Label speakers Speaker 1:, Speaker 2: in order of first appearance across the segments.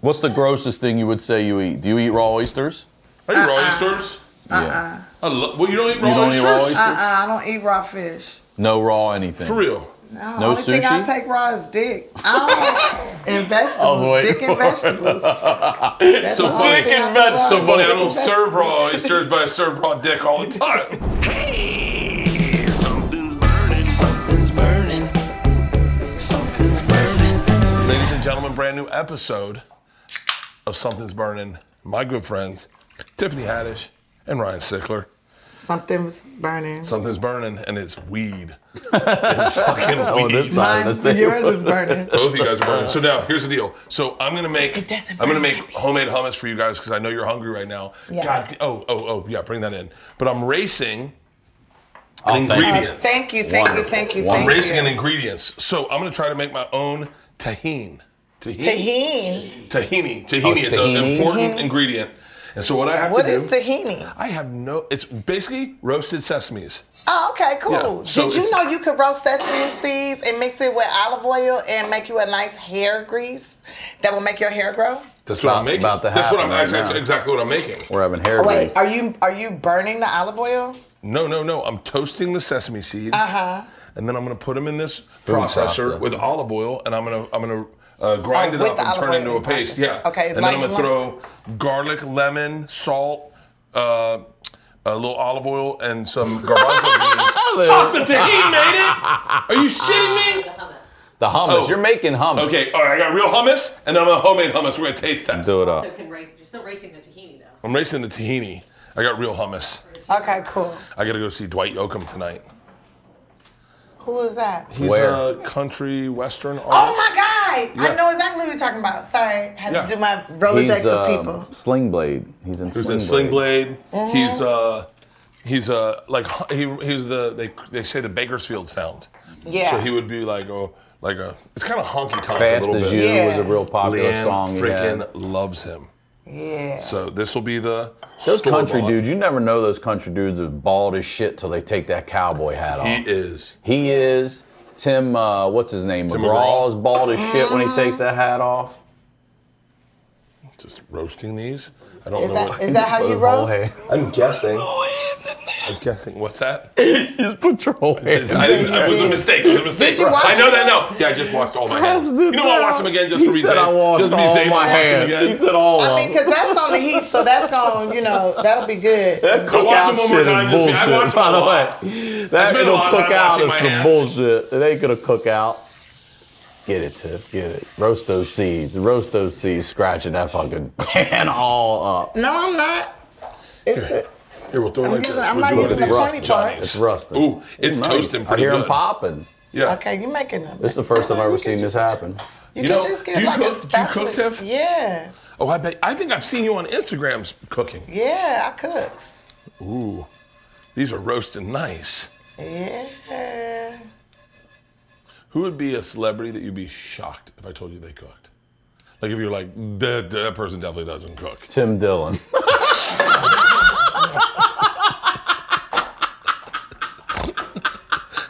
Speaker 1: What's the grossest thing you would say you eat? Do you eat raw oysters?
Speaker 2: I eat raw
Speaker 3: Uh-uh.
Speaker 2: oysters.
Speaker 1: Yeah.
Speaker 2: I lo- well, you don't eat raw
Speaker 1: You don't eat
Speaker 2: Uh-uh. oysters?
Speaker 1: raw oysters?
Speaker 4: Uh-uh, I don't eat raw fish.
Speaker 1: No raw anything.
Speaker 2: For real.
Speaker 4: No,
Speaker 1: No
Speaker 4: only thing I
Speaker 1: sushi?
Speaker 4: take raw is dick. I don't and vegetables,
Speaker 1: waiting
Speaker 4: dick and vegetables. That's
Speaker 2: So
Speaker 4: the only
Speaker 2: funny.
Speaker 4: thing I do
Speaker 1: That's
Speaker 4: raw
Speaker 2: So
Speaker 4: is
Speaker 2: funny. I
Speaker 4: dick and
Speaker 2: don't
Speaker 4: vegetables.
Speaker 2: serve raw oysters, but I serve raw dick all the time.
Speaker 3: Hey, something's burning, something's burning, something's burning.
Speaker 2: Ladies and gentlemen, brand new episode of Something's Burning. My good friends, Tiffany Haddish and Ryan Sickler.
Speaker 4: Something's burning.
Speaker 2: Something's burning, and it's weed. It's fucking weed.
Speaker 1: Oh, this side.
Speaker 4: Mine's,
Speaker 1: That's it.
Speaker 4: yours is burning.
Speaker 2: Both of you guys are burning.
Speaker 1: Uh.
Speaker 2: So now here's the deal. So I'm gonna make
Speaker 4: It doesn't
Speaker 2: I'm gonna
Speaker 4: burn
Speaker 2: make homemade hummus for you guys because I know you're hungry right now.
Speaker 4: Yeah.
Speaker 2: God, oh, oh, oh, yeah, bring that in. But I'm racing
Speaker 1: Oh, thank you.
Speaker 2: ingredients.
Speaker 4: Thank you, thank you, thank you,
Speaker 1: Wonderful.
Speaker 4: thank
Speaker 2: I'm racing in
Speaker 4: you.
Speaker 2: ingredients. So I'm gonna try to make my own tahine. Tahini.
Speaker 4: Tahini.
Speaker 2: Tahini. Tahini
Speaker 1: Oh, it's
Speaker 2: is an
Speaker 1: tahini.
Speaker 2: important
Speaker 4: Tahini.
Speaker 2: ingredient. And so what I have
Speaker 4: What
Speaker 2: to do
Speaker 4: is tahini?
Speaker 2: I have no it's basically roasted sesames.
Speaker 4: Oh, okay, cool.
Speaker 2: Yeah, so
Speaker 4: Did you
Speaker 2: it's-
Speaker 4: know you could roast sesame seeds and mix it with olive oil and make you a nice hair grease that will make your hair grow?
Speaker 2: That's what I'm
Speaker 1: About-
Speaker 2: making.
Speaker 1: about to
Speaker 2: That's what
Speaker 1: happen
Speaker 2: I'm
Speaker 1: right
Speaker 2: exactly,
Speaker 1: now.
Speaker 2: exactly what I'm making.
Speaker 1: We're having
Speaker 2: Oh,
Speaker 1: hair
Speaker 4: Wait,
Speaker 1: grease.
Speaker 4: are you are you burning the olive oil?
Speaker 2: No, no, no. I'm toasting the sesame seeds.
Speaker 4: Uh-huh.
Speaker 2: and then I'm gonna put them in this
Speaker 1: Food
Speaker 2: processor
Speaker 1: processor.
Speaker 2: with olive oil, and I'm gonna I'm gonna uh, grind
Speaker 4: Oh,
Speaker 2: it
Speaker 4: with
Speaker 2: up
Speaker 4: the
Speaker 2: and
Speaker 4: olive
Speaker 2: turn it
Speaker 4: oil
Speaker 2: into
Speaker 4: in
Speaker 2: a
Speaker 4: the
Speaker 2: paste.
Speaker 4: processor.
Speaker 2: Yeah.
Speaker 4: Okay,
Speaker 2: And then
Speaker 4: like
Speaker 2: I'm gonna
Speaker 4: lime-
Speaker 2: throw garlic, lemon, salt, uh, a little olive oil, and some garbanzo beans. Fuck the tahini made it. Are you shitting me?
Speaker 1: the hummus.
Speaker 2: Oh.
Speaker 1: You're making hummus.
Speaker 2: Okay, uh, all right. I got real hummus, and then I'm gonna homemade hummus. We're gonna taste test.
Speaker 1: Do it up.
Speaker 5: So can race. You're still racing the tahini though.
Speaker 2: I'm racing the tahini. I got real hummus.
Speaker 4: Okay, cool.
Speaker 2: I gotta go see Dwight Yoakam tonight.
Speaker 4: Who is that?
Speaker 2: He's
Speaker 1: Where?
Speaker 2: a country western artist.
Speaker 4: Oh my God!
Speaker 2: Yeah.
Speaker 4: I know exactly what you're talking about. Sorry, had
Speaker 2: Yeah.
Speaker 4: to do my Rolodex
Speaker 1: He's
Speaker 4: of
Speaker 1: um,
Speaker 4: people.
Speaker 1: Sling Blade. He's in
Speaker 2: He's
Speaker 1: Sling
Speaker 2: in Sling Blade.
Speaker 1: Mm-hmm.
Speaker 2: He's uh, he's uh, like he, he's the they they say the Bakersfield sound.
Speaker 4: Yeah.
Speaker 2: So he would be like a like a it's kind of honky tonk a
Speaker 1: Fast
Speaker 2: little
Speaker 1: as You
Speaker 2: bit.
Speaker 4: Yeah.
Speaker 1: was a real popular
Speaker 2: Leanne
Speaker 1: song. he had.
Speaker 2: freaking loves him.
Speaker 4: yeah.
Speaker 2: So this will be the
Speaker 1: Those
Speaker 2: store-bought.
Speaker 1: country dudes, you never know those country dudes are bald as shit till they take that cowboy hat off.
Speaker 2: He is.
Speaker 1: He is Tim. Uh, what's his name?
Speaker 2: Tim Mm-hmm. McGraw.
Speaker 1: McGraw is bald as shit when he takes that hat off.
Speaker 2: Just roasting these. I don't
Speaker 4: is
Speaker 2: know.
Speaker 4: that
Speaker 2: what,
Speaker 4: is that how you
Speaker 1: His whole
Speaker 4: roast?
Speaker 1: hair.
Speaker 2: I'm guessing. I'm guessing. What's that?
Speaker 1: Just put your whole hair.
Speaker 2: I, it was a
Speaker 4: did.
Speaker 2: mistake. It was a mistake.
Speaker 4: you watch
Speaker 2: I know that.
Speaker 4: it?
Speaker 2: No. Yeah, I just watched all my hands.
Speaker 1: Pass the
Speaker 2: You know, I'll watch
Speaker 1: bell.
Speaker 2: them again just to
Speaker 1: He
Speaker 2: reset.
Speaker 1: said I washed
Speaker 2: just to be
Speaker 1: all
Speaker 2: safe,
Speaker 1: my
Speaker 2: I'll watch them
Speaker 1: hands.
Speaker 2: again.
Speaker 1: He said all
Speaker 4: I
Speaker 1: of
Speaker 4: mean,
Speaker 1: them.
Speaker 4: cause that's on the heat, so that's gonna, you know, that'll be good.
Speaker 2: Go watch
Speaker 1: Cookout
Speaker 2: them one more
Speaker 1: shit is
Speaker 2: time. Just, I
Speaker 1: bullshit.
Speaker 2: watched them
Speaker 1: By
Speaker 2: a lot.
Speaker 1: the way, that
Speaker 2: been a
Speaker 1: it'll
Speaker 2: lot of
Speaker 1: cook
Speaker 2: time
Speaker 1: out
Speaker 2: washing
Speaker 1: is
Speaker 2: my
Speaker 1: some
Speaker 2: hands.
Speaker 1: bullshit. It ain't gonna cook out. Get it, Tiff. Get it. Roast those seeds. Roast those seeds. Scratching that fucking pan all up.
Speaker 4: No, I'm not. It's the,
Speaker 2: Here, we'll throw it
Speaker 4: I'm
Speaker 2: like
Speaker 4: using-
Speaker 2: this.
Speaker 4: I'm
Speaker 2: We'll
Speaker 4: not
Speaker 2: do one
Speaker 4: using
Speaker 2: of
Speaker 4: the
Speaker 2: these.
Speaker 4: pointy part.
Speaker 2: Johnny's.
Speaker 1: It's rusted.
Speaker 2: Ooh, it's toasting
Speaker 1: I
Speaker 2: pretty
Speaker 1: hear him
Speaker 2: good.
Speaker 1: popping.
Speaker 2: Yeah.
Speaker 4: okay. You making them?
Speaker 1: This is the first time I've ever seen this happen.
Speaker 4: You,
Speaker 2: You
Speaker 4: can
Speaker 2: know,
Speaker 4: just
Speaker 2: do
Speaker 4: get
Speaker 2: you
Speaker 4: like
Speaker 2: cook-
Speaker 4: a
Speaker 2: do you
Speaker 4: spatula.
Speaker 2: cook, Tiff?
Speaker 4: Yeah,
Speaker 2: Oh, I bet. I think I've seen you on Instagrams cooking.
Speaker 4: yeah, I cook.
Speaker 2: Ooh, these are roasting nice.
Speaker 4: Yeah.
Speaker 2: Who would be a celebrity that you'd be shocked if I told you they cooked? Like if you're like, that, that person definitely doesn't cook.
Speaker 1: Tim Dillon.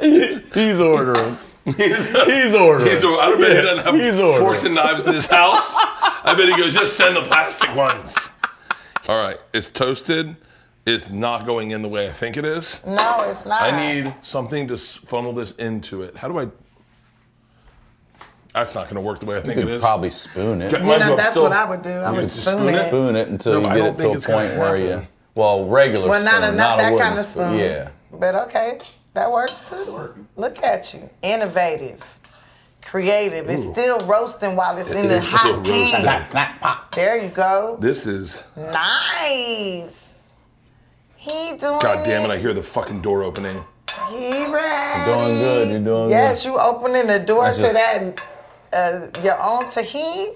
Speaker 1: He's ordering. He's ordering.
Speaker 2: He's, I bet he doesn't have
Speaker 1: he's ordering.
Speaker 2: forks and knives in his house. I bet he goes, just send the plastic ones. All right, it's toasted. It's not going in the way I think it is.
Speaker 4: No, it's not.
Speaker 2: I need something to s- funnel this into it. How do I? That's not going to work the way I think
Speaker 1: You
Speaker 2: it
Speaker 1: could
Speaker 2: is.
Speaker 1: probably spoon it. You
Speaker 2: Okay, might
Speaker 4: You
Speaker 2: as
Speaker 4: know,
Speaker 2: well
Speaker 4: that's
Speaker 2: still-
Speaker 4: what I would do. I
Speaker 2: could
Speaker 4: would
Speaker 2: spoon
Speaker 4: spoon
Speaker 2: it.
Speaker 4: it.
Speaker 1: spoon it
Speaker 2: No,
Speaker 1: until
Speaker 2: but I
Speaker 1: you get
Speaker 2: don't
Speaker 1: it
Speaker 2: think
Speaker 1: to a
Speaker 2: it's gonna
Speaker 1: point where you.
Speaker 2: happen.
Speaker 1: Well, regular
Speaker 4: Well, not
Speaker 1: spoon, not,
Speaker 4: a, not
Speaker 1: a
Speaker 4: that
Speaker 1: wooden
Speaker 4: kind of
Speaker 1: spoon.
Speaker 4: spoon.
Speaker 1: Yeah.
Speaker 4: But okay, that works too. Look at you, innovative, creative. It's still roasting while it's in the
Speaker 2: is still
Speaker 4: hot pan.
Speaker 2: roasting.
Speaker 4: There you go.
Speaker 2: This is.
Speaker 4: Nice. He doing
Speaker 2: God damn it! I hear the fucking door opening.
Speaker 4: He ready.
Speaker 1: doing good, you're doing
Speaker 4: yes, you opening the door
Speaker 1: That's
Speaker 4: to
Speaker 1: just-
Speaker 4: that uh, your own tahini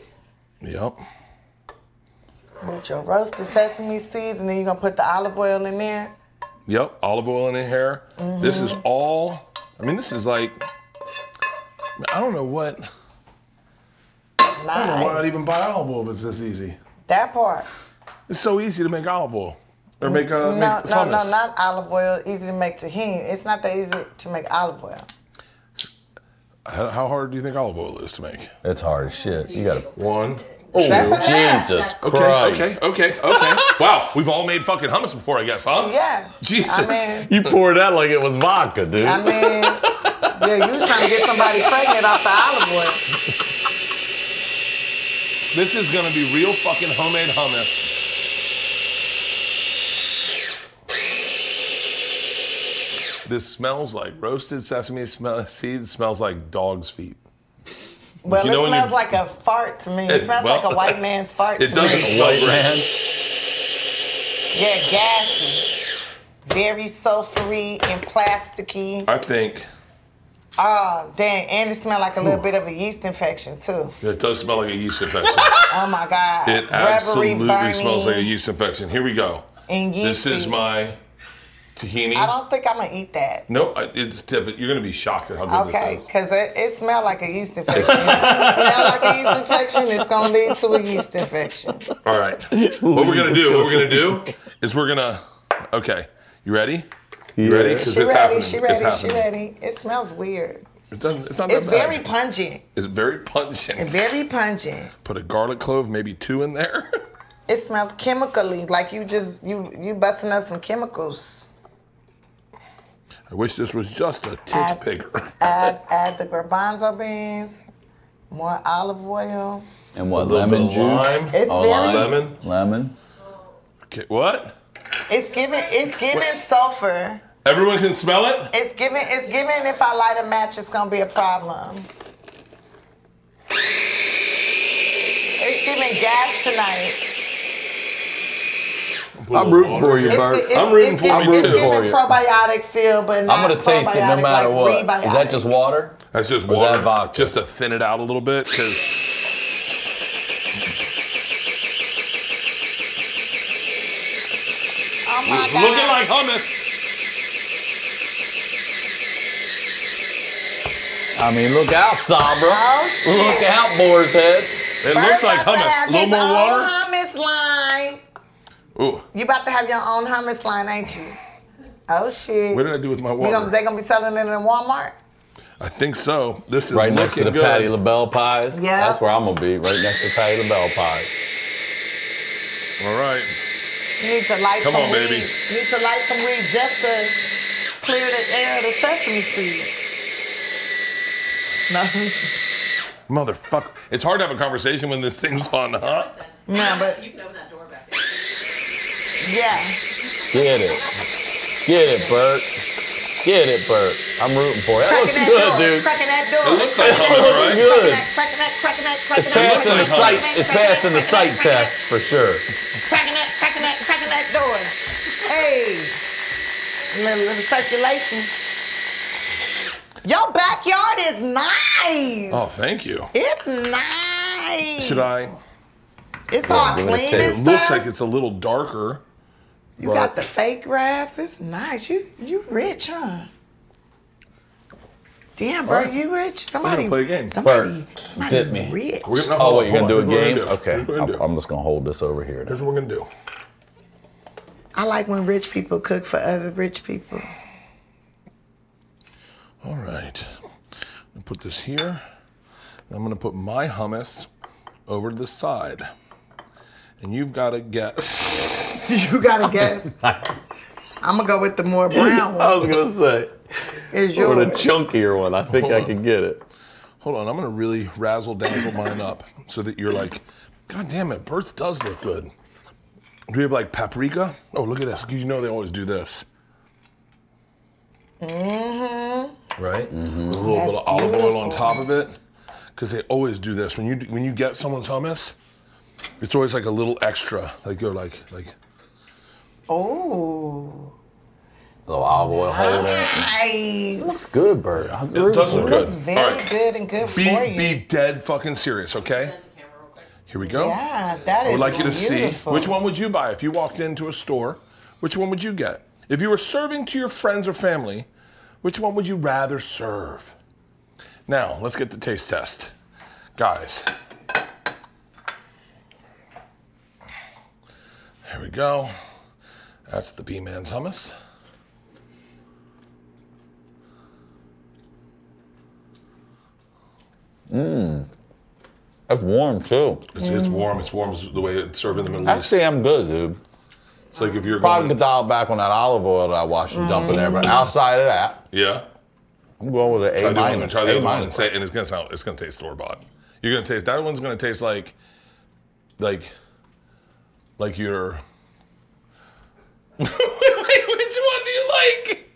Speaker 2: Yep.
Speaker 4: with your roasted sesame seeds, and then you're gonna put the olive oil in there.
Speaker 2: Yep. Olive oil in it here. This
Speaker 4: Mm-hmm.
Speaker 2: is all. I mean, this is like. I don't know what. I don't know why I'd
Speaker 4: Nice.
Speaker 2: even buy olive oil if it's this easy.
Speaker 4: That part.
Speaker 2: It's so easy to make olive oil or make a. make
Speaker 4: Mm, No, no, no,
Speaker 2: hummus.
Speaker 4: not olive oil. Easy to make tahini. It's not that easy to make olive oil.
Speaker 2: How, how hard do you think olive oil is to make?
Speaker 1: It's hard as shit. You gotta.
Speaker 2: One, Oh,
Speaker 4: That's a nap.
Speaker 1: Jesus
Speaker 2: Okay,
Speaker 1: Christ.
Speaker 2: okay, okay, okay. wow, we've all made fucking hummus before, I guess, huh?
Speaker 4: Yeah.
Speaker 2: Jesus.
Speaker 4: I mean,
Speaker 1: You poured that like it was vodka, dude.
Speaker 4: I mean, yeah, you was trying to get somebody pregnant off the olive oil.
Speaker 2: This is gonna be real fucking homemade hummus. This smells like roasted sesame smell, seeds. Smells like dog's feet.
Speaker 4: Well,
Speaker 2: You know
Speaker 4: it
Speaker 2: when you-
Speaker 4: smells like a fart to me. It
Speaker 2: It-
Speaker 4: smells
Speaker 2: well,
Speaker 4: like a white man's fart
Speaker 2: It
Speaker 4: to
Speaker 2: doesn't
Speaker 4: me.
Speaker 2: smell great.
Speaker 4: Yeah, gassy. Very sulfury and plasticky.
Speaker 2: I think
Speaker 4: Oh, dang. And it smells like a little bit of a yeast infection, too.
Speaker 2: it does smell like a yeast infection.
Speaker 4: Oh, my God.
Speaker 2: It absolutely smells like a yeast infection. Here we go.
Speaker 4: and
Speaker 2: This
Speaker 4: yeasty.
Speaker 2: is my tahini.
Speaker 4: I don't think I'm going to eat that.
Speaker 2: No, I- it's different. You're gonna be shocked at how good
Speaker 4: Okay,
Speaker 2: this is.
Speaker 4: because it, it smelled like a yeast infection. If it smell like a yeast infection, it's gonna lead to a yeast infection.
Speaker 2: All right. What we're gonna do? What we're gonna do is we're gonna. Okay, you ready? You ready?
Speaker 1: Yeah.
Speaker 2: Because
Speaker 4: She
Speaker 2: it's
Speaker 4: ready,
Speaker 2: happening.
Speaker 4: she
Speaker 2: it's
Speaker 4: ready, she
Speaker 2: happening.
Speaker 4: ready. It smells weird.
Speaker 2: It doesn't, it's not
Speaker 4: It's
Speaker 2: that bad.
Speaker 4: very pungent.
Speaker 2: It's very pungent.
Speaker 4: Very pungent.
Speaker 2: Put a garlic clove, maybe two in there.
Speaker 4: It smells chemically, like you just you you busting up some chemicals.
Speaker 2: I wish this was just
Speaker 4: Uh,
Speaker 2: a tit
Speaker 4: Add-
Speaker 2: picker.
Speaker 4: Add add the garbanzo beans, more olive oil.
Speaker 1: And what,
Speaker 2: A little bit
Speaker 1: lemon
Speaker 2: of
Speaker 1: juice?
Speaker 2: lime.
Speaker 4: It's
Speaker 1: Oh,
Speaker 4: very
Speaker 1: lime.
Speaker 2: Lemon.
Speaker 1: Lemon.
Speaker 2: Okay, what?
Speaker 4: it's giving it's giving sulfur.
Speaker 2: Everyone can smell it.
Speaker 4: It's giving it's giving if I light a match it's gonna be a problem. It's giving gas tonight.
Speaker 1: I'm rooting for you,
Speaker 4: It's,
Speaker 1: Bert.
Speaker 4: it's,
Speaker 2: I'm rooting
Speaker 4: it's
Speaker 2: for
Speaker 4: giving,
Speaker 2: you,
Speaker 4: it's
Speaker 2: too.
Speaker 4: giving
Speaker 1: For you.
Speaker 4: probiotic feel, but not
Speaker 1: I'm gonna taste it no
Speaker 4: probiotic,
Speaker 1: matter
Speaker 4: like Oh
Speaker 1: what.
Speaker 4: Prebiotic.
Speaker 1: Is that just water?
Speaker 2: That's just
Speaker 1: Or is
Speaker 2: water.
Speaker 1: that vodka?
Speaker 2: Just to thin it out a little bit, because
Speaker 4: Oh my
Speaker 2: it's
Speaker 4: God.
Speaker 2: looking like hummus.
Speaker 1: I mean, look out, Sabra.
Speaker 4: oh shit.
Speaker 1: Look out, boar's head.
Speaker 2: It looks
Speaker 4: Bert's
Speaker 2: like
Speaker 4: about to
Speaker 2: hummus.
Speaker 4: have
Speaker 2: A little
Speaker 4: his
Speaker 2: more
Speaker 4: own
Speaker 2: water.
Speaker 4: hummus line.
Speaker 2: Ooh,
Speaker 4: You about to have your own hummus line, ain't you? Oh shit.
Speaker 2: what did I do with my
Speaker 4: You
Speaker 2: water?
Speaker 4: gonna, they gonna be selling it in Walmart?
Speaker 2: I think so. This is
Speaker 1: Right
Speaker 2: looking
Speaker 1: next to the
Speaker 2: good.
Speaker 1: Patty LaBelle pies.
Speaker 4: Yeah.
Speaker 1: That's where I'm gonna be. Right next to Patty LaBelle pies.
Speaker 2: All right.
Speaker 4: You need to light
Speaker 2: Come
Speaker 4: some
Speaker 2: on,
Speaker 4: weed.
Speaker 2: baby.
Speaker 4: You need to light some weed just to clear the air of the sesame seed. No,
Speaker 2: Motherfucker. It's hard to have a conversation when this thing's on, huh?
Speaker 4: no, but
Speaker 5: You can open that door back there.
Speaker 4: yeah.
Speaker 1: Get it. Get it, Bert. Get it, Bert. I'm rooting for it. That looks
Speaker 4: Cracking that
Speaker 1: good,
Speaker 4: door.
Speaker 1: dude.
Speaker 4: Cracking that door.
Speaker 2: It looks like
Speaker 4: Cracking
Speaker 2: hummus,
Speaker 4: that door.
Speaker 2: right?
Speaker 1: Good.
Speaker 4: Cracking that, cracking that, cracking that, cracking
Speaker 1: It's
Speaker 4: that,
Speaker 1: passing the
Speaker 2: looks
Speaker 1: sight.
Speaker 4: cracking that,
Speaker 1: It's
Speaker 4: cracking that,
Speaker 1: passing the
Speaker 4: cracking
Speaker 1: sight
Speaker 4: that, cracking
Speaker 1: test for sure.
Speaker 4: that, Cracking that, cracking that, cracking that door. Hey, little, little circulation. Your backyard is nice.
Speaker 2: Oh, thank you.
Speaker 4: It's nice.
Speaker 2: Should I?
Speaker 4: It's all
Speaker 1: give it a
Speaker 4: clean
Speaker 1: taste.
Speaker 4: and
Speaker 2: It
Speaker 4: stuff.
Speaker 2: looks like it's a little darker.
Speaker 4: you got the fake grass. It's nice. You you rich, huh? Damn, bro, you rich. Somebody,
Speaker 2: play a game.
Speaker 4: somebody,
Speaker 1: Bert,
Speaker 4: somebody
Speaker 1: dip me.
Speaker 4: rich.
Speaker 2: We're gonna- no,
Speaker 1: Oh,
Speaker 2: hold
Speaker 1: what,
Speaker 2: on,
Speaker 1: you're gonna do a
Speaker 2: hold on. Here's
Speaker 1: game?
Speaker 2: what we're
Speaker 1: Okay.
Speaker 2: gonna do.
Speaker 1: I'm I'm just gonna hold this over here.
Speaker 2: Here's what we're gonna do.
Speaker 4: I like when rich people cook for other rich people.
Speaker 2: All right. I'm gonna put this here. I'm gonna put my hummus over to the side. And you've gotta guess.
Speaker 4: you gotta guess. I'm gonna go with the more brown one.
Speaker 1: was gonna say.
Speaker 4: Is
Speaker 1: Or the
Speaker 4: yours?
Speaker 1: chunkier one. I think
Speaker 2: Hold
Speaker 1: I
Speaker 2: on.
Speaker 1: can get it.
Speaker 2: Hold on, I'm gonna really razzle dazzle mine up so that you're like, God damn it, Burt's does look good. Do we have like paprika? Oh, look at this. 'cause You know they always do this. Mm-hmm. Right? With a little
Speaker 4: That's
Speaker 2: bit of olive oil on
Speaker 4: beautiful.
Speaker 2: top of it. Because they always do this. When you when you get someone's hummus, it's always like a little extra. Like you're like, like,
Speaker 4: Oh,
Speaker 1: little olive oil hole there.
Speaker 4: nice. Looks
Speaker 1: Good, Bert. I was rooting
Speaker 2: does
Speaker 1: for
Speaker 2: look
Speaker 1: it.
Speaker 2: good.
Speaker 4: Looks
Speaker 2: All
Speaker 4: very
Speaker 2: right.
Speaker 4: good and good
Speaker 2: be,
Speaker 4: for you.
Speaker 2: be dead fucking serious, okay?
Speaker 5: Send to camera real quick.
Speaker 2: Here we go.
Speaker 4: Yeah, that
Speaker 2: I
Speaker 4: is
Speaker 2: would like you to see
Speaker 4: beautiful.
Speaker 2: which one would you buy if you walked into a store? Which one would you get? If you were serving to your friends or family, which one would you rather serve? Now, let's get the taste test. Guys. Here we go. That's the B Man's hummus.
Speaker 1: That's warm too.
Speaker 2: It's, it's warm. It's warm is the way it's served in the Middle East.
Speaker 1: Actually, I'm good, dude.
Speaker 2: It's like if you're
Speaker 1: Probably could
Speaker 2: going,
Speaker 1: dial back on that olive oil that I washed and dump in there, but outside of that,
Speaker 2: yeah.
Speaker 1: I'm going with an
Speaker 2: Try
Speaker 1: A
Speaker 2: the other one.
Speaker 1: minus.
Speaker 2: Try the
Speaker 1: A
Speaker 2: other one and
Speaker 1: minus.
Speaker 2: say, and it's gonna sound. It's gonna taste store bought. You're gonna taste that one's gonna taste like, like, like your. Wait, which one do you like?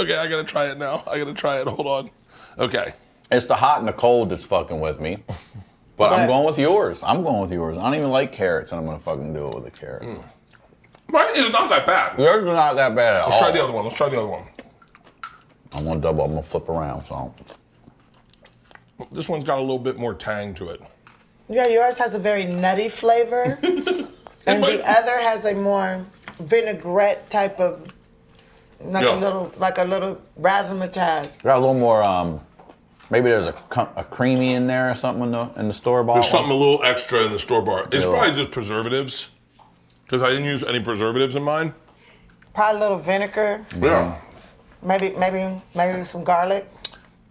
Speaker 2: Okay, I gotta try it now. I gotta try it. Hold on. Okay.
Speaker 1: It's the hot and the cold that's fucking with me. But
Speaker 4: Right.
Speaker 1: I'm going with yours. I'm going with yours. I don't even like carrots, and I'm gonna fucking do it with a carrot.
Speaker 2: Mine is not that bad. Let's
Speaker 1: Yours are not that bad at all.
Speaker 2: try the other one. Let's try the other one.
Speaker 1: I'm gonna double. I'm gonna flip around. So
Speaker 2: This one's got a little bit more tang to it.
Speaker 4: Yeah, yours has a very nutty flavor, and the other has a more vinaigrette type of, like
Speaker 2: Yeah.
Speaker 4: a little, like a little razzmatazz.
Speaker 1: got a little more. Um, maybe there's a, cu- a creamy in there or something in the in the store bought.
Speaker 2: There's something a little extra in the store bar. It's
Speaker 1: Yeah.
Speaker 2: probably just preservatives, because I didn't use any preservatives in mine.
Speaker 4: Probably a little vinegar,
Speaker 2: Yeah.
Speaker 4: maybe, maybe, maybe some garlic.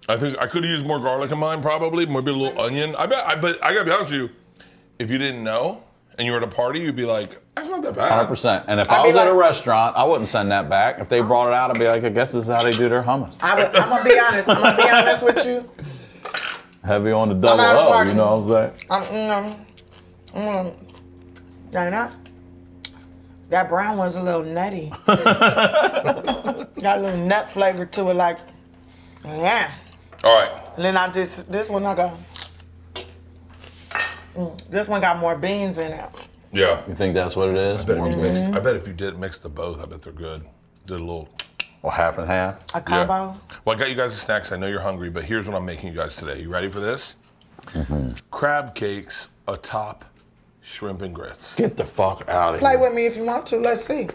Speaker 2: I think I could have used more garlic in mine, probably maybe a little onion. I bet. I but I gotta be honest with you, if you didn't know and you were at a party, you'd be like, "That's not that bad."
Speaker 1: Hundred percent. And if
Speaker 4: I'd
Speaker 1: i
Speaker 4: be
Speaker 1: was at a
Speaker 4: like-
Speaker 1: restaurant, I wouldn't send that back. If they brought it out, I'd be like, I guess this is how they do their hummus.
Speaker 4: I would, I'm gonna be honest. I'm gonna be honest with you.
Speaker 1: Heavy on the double
Speaker 4: out of
Speaker 1: O. You
Speaker 4: working.
Speaker 1: know what I'm saying?
Speaker 4: I'm, mm, mm, mm, Dana, that brown one's a little nutty. Got a little nut flavor to it, like, yeah.
Speaker 2: All right.
Speaker 4: And then I just this one I got. Mm, this one got more beans in it.
Speaker 2: Yeah.
Speaker 1: You think that's what it is?
Speaker 2: I bet if you
Speaker 1: Warm
Speaker 2: mixed, I bet if you did mix the both, I bet they're good. Did a little.
Speaker 1: Or half and half.
Speaker 4: A
Speaker 2: Yeah.
Speaker 4: combo.
Speaker 2: Well, I got you guys the snacks. I know you're hungry, but here's what I'm making you guys today. You ready for this?
Speaker 1: Mm-hmm.
Speaker 2: Crab cakes atop shrimp and grits.
Speaker 1: Get the fuck out of
Speaker 4: Play
Speaker 1: here.
Speaker 4: with me if you want to. Let's see.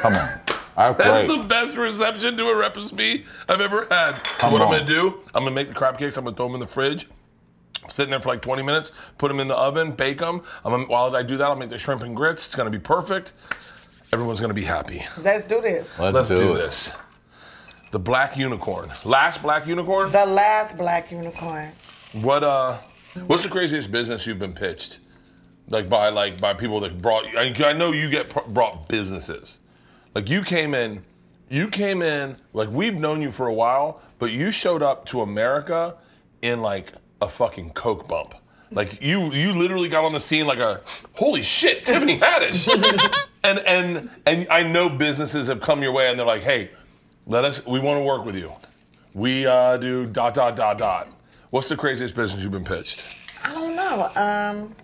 Speaker 1: Come on. I
Speaker 2: That's
Speaker 1: great.
Speaker 2: the best reception to a recipe I've ever had. So
Speaker 1: Come
Speaker 2: what I'm
Speaker 1: on.
Speaker 2: gonna do, I'm gonna make the crab cakes. I'm gonna throw them in the fridge. I'm sitting there for like 20 minutes. Put them in the oven, bake them. I'm gonna, while I do that, I'll make the shrimp and grits. It's gonna be perfect. Everyone's gonna be happy.
Speaker 4: Let's do this.
Speaker 1: Let's,
Speaker 2: Let's
Speaker 1: do,
Speaker 2: do
Speaker 1: it.
Speaker 2: this. The black unicorn. Last black unicorn.
Speaker 4: The last black unicorn.
Speaker 2: What uh? What's the craziest business you've been pitched? Like by like by people that brought. I, I know you get pr- brought businesses. Like you came in, you came in. Like we've known you for a while, but you showed up to America in like a fucking coke bump. Like you, you literally got on the scene like a holy shit, Tiffany Haddish. and and and I know businesses have come your way and they're like, hey, let us. We want to work with you. We uh, do dot dot dot dot. What's the craziest business you've been pitched?
Speaker 4: I don't know. Um.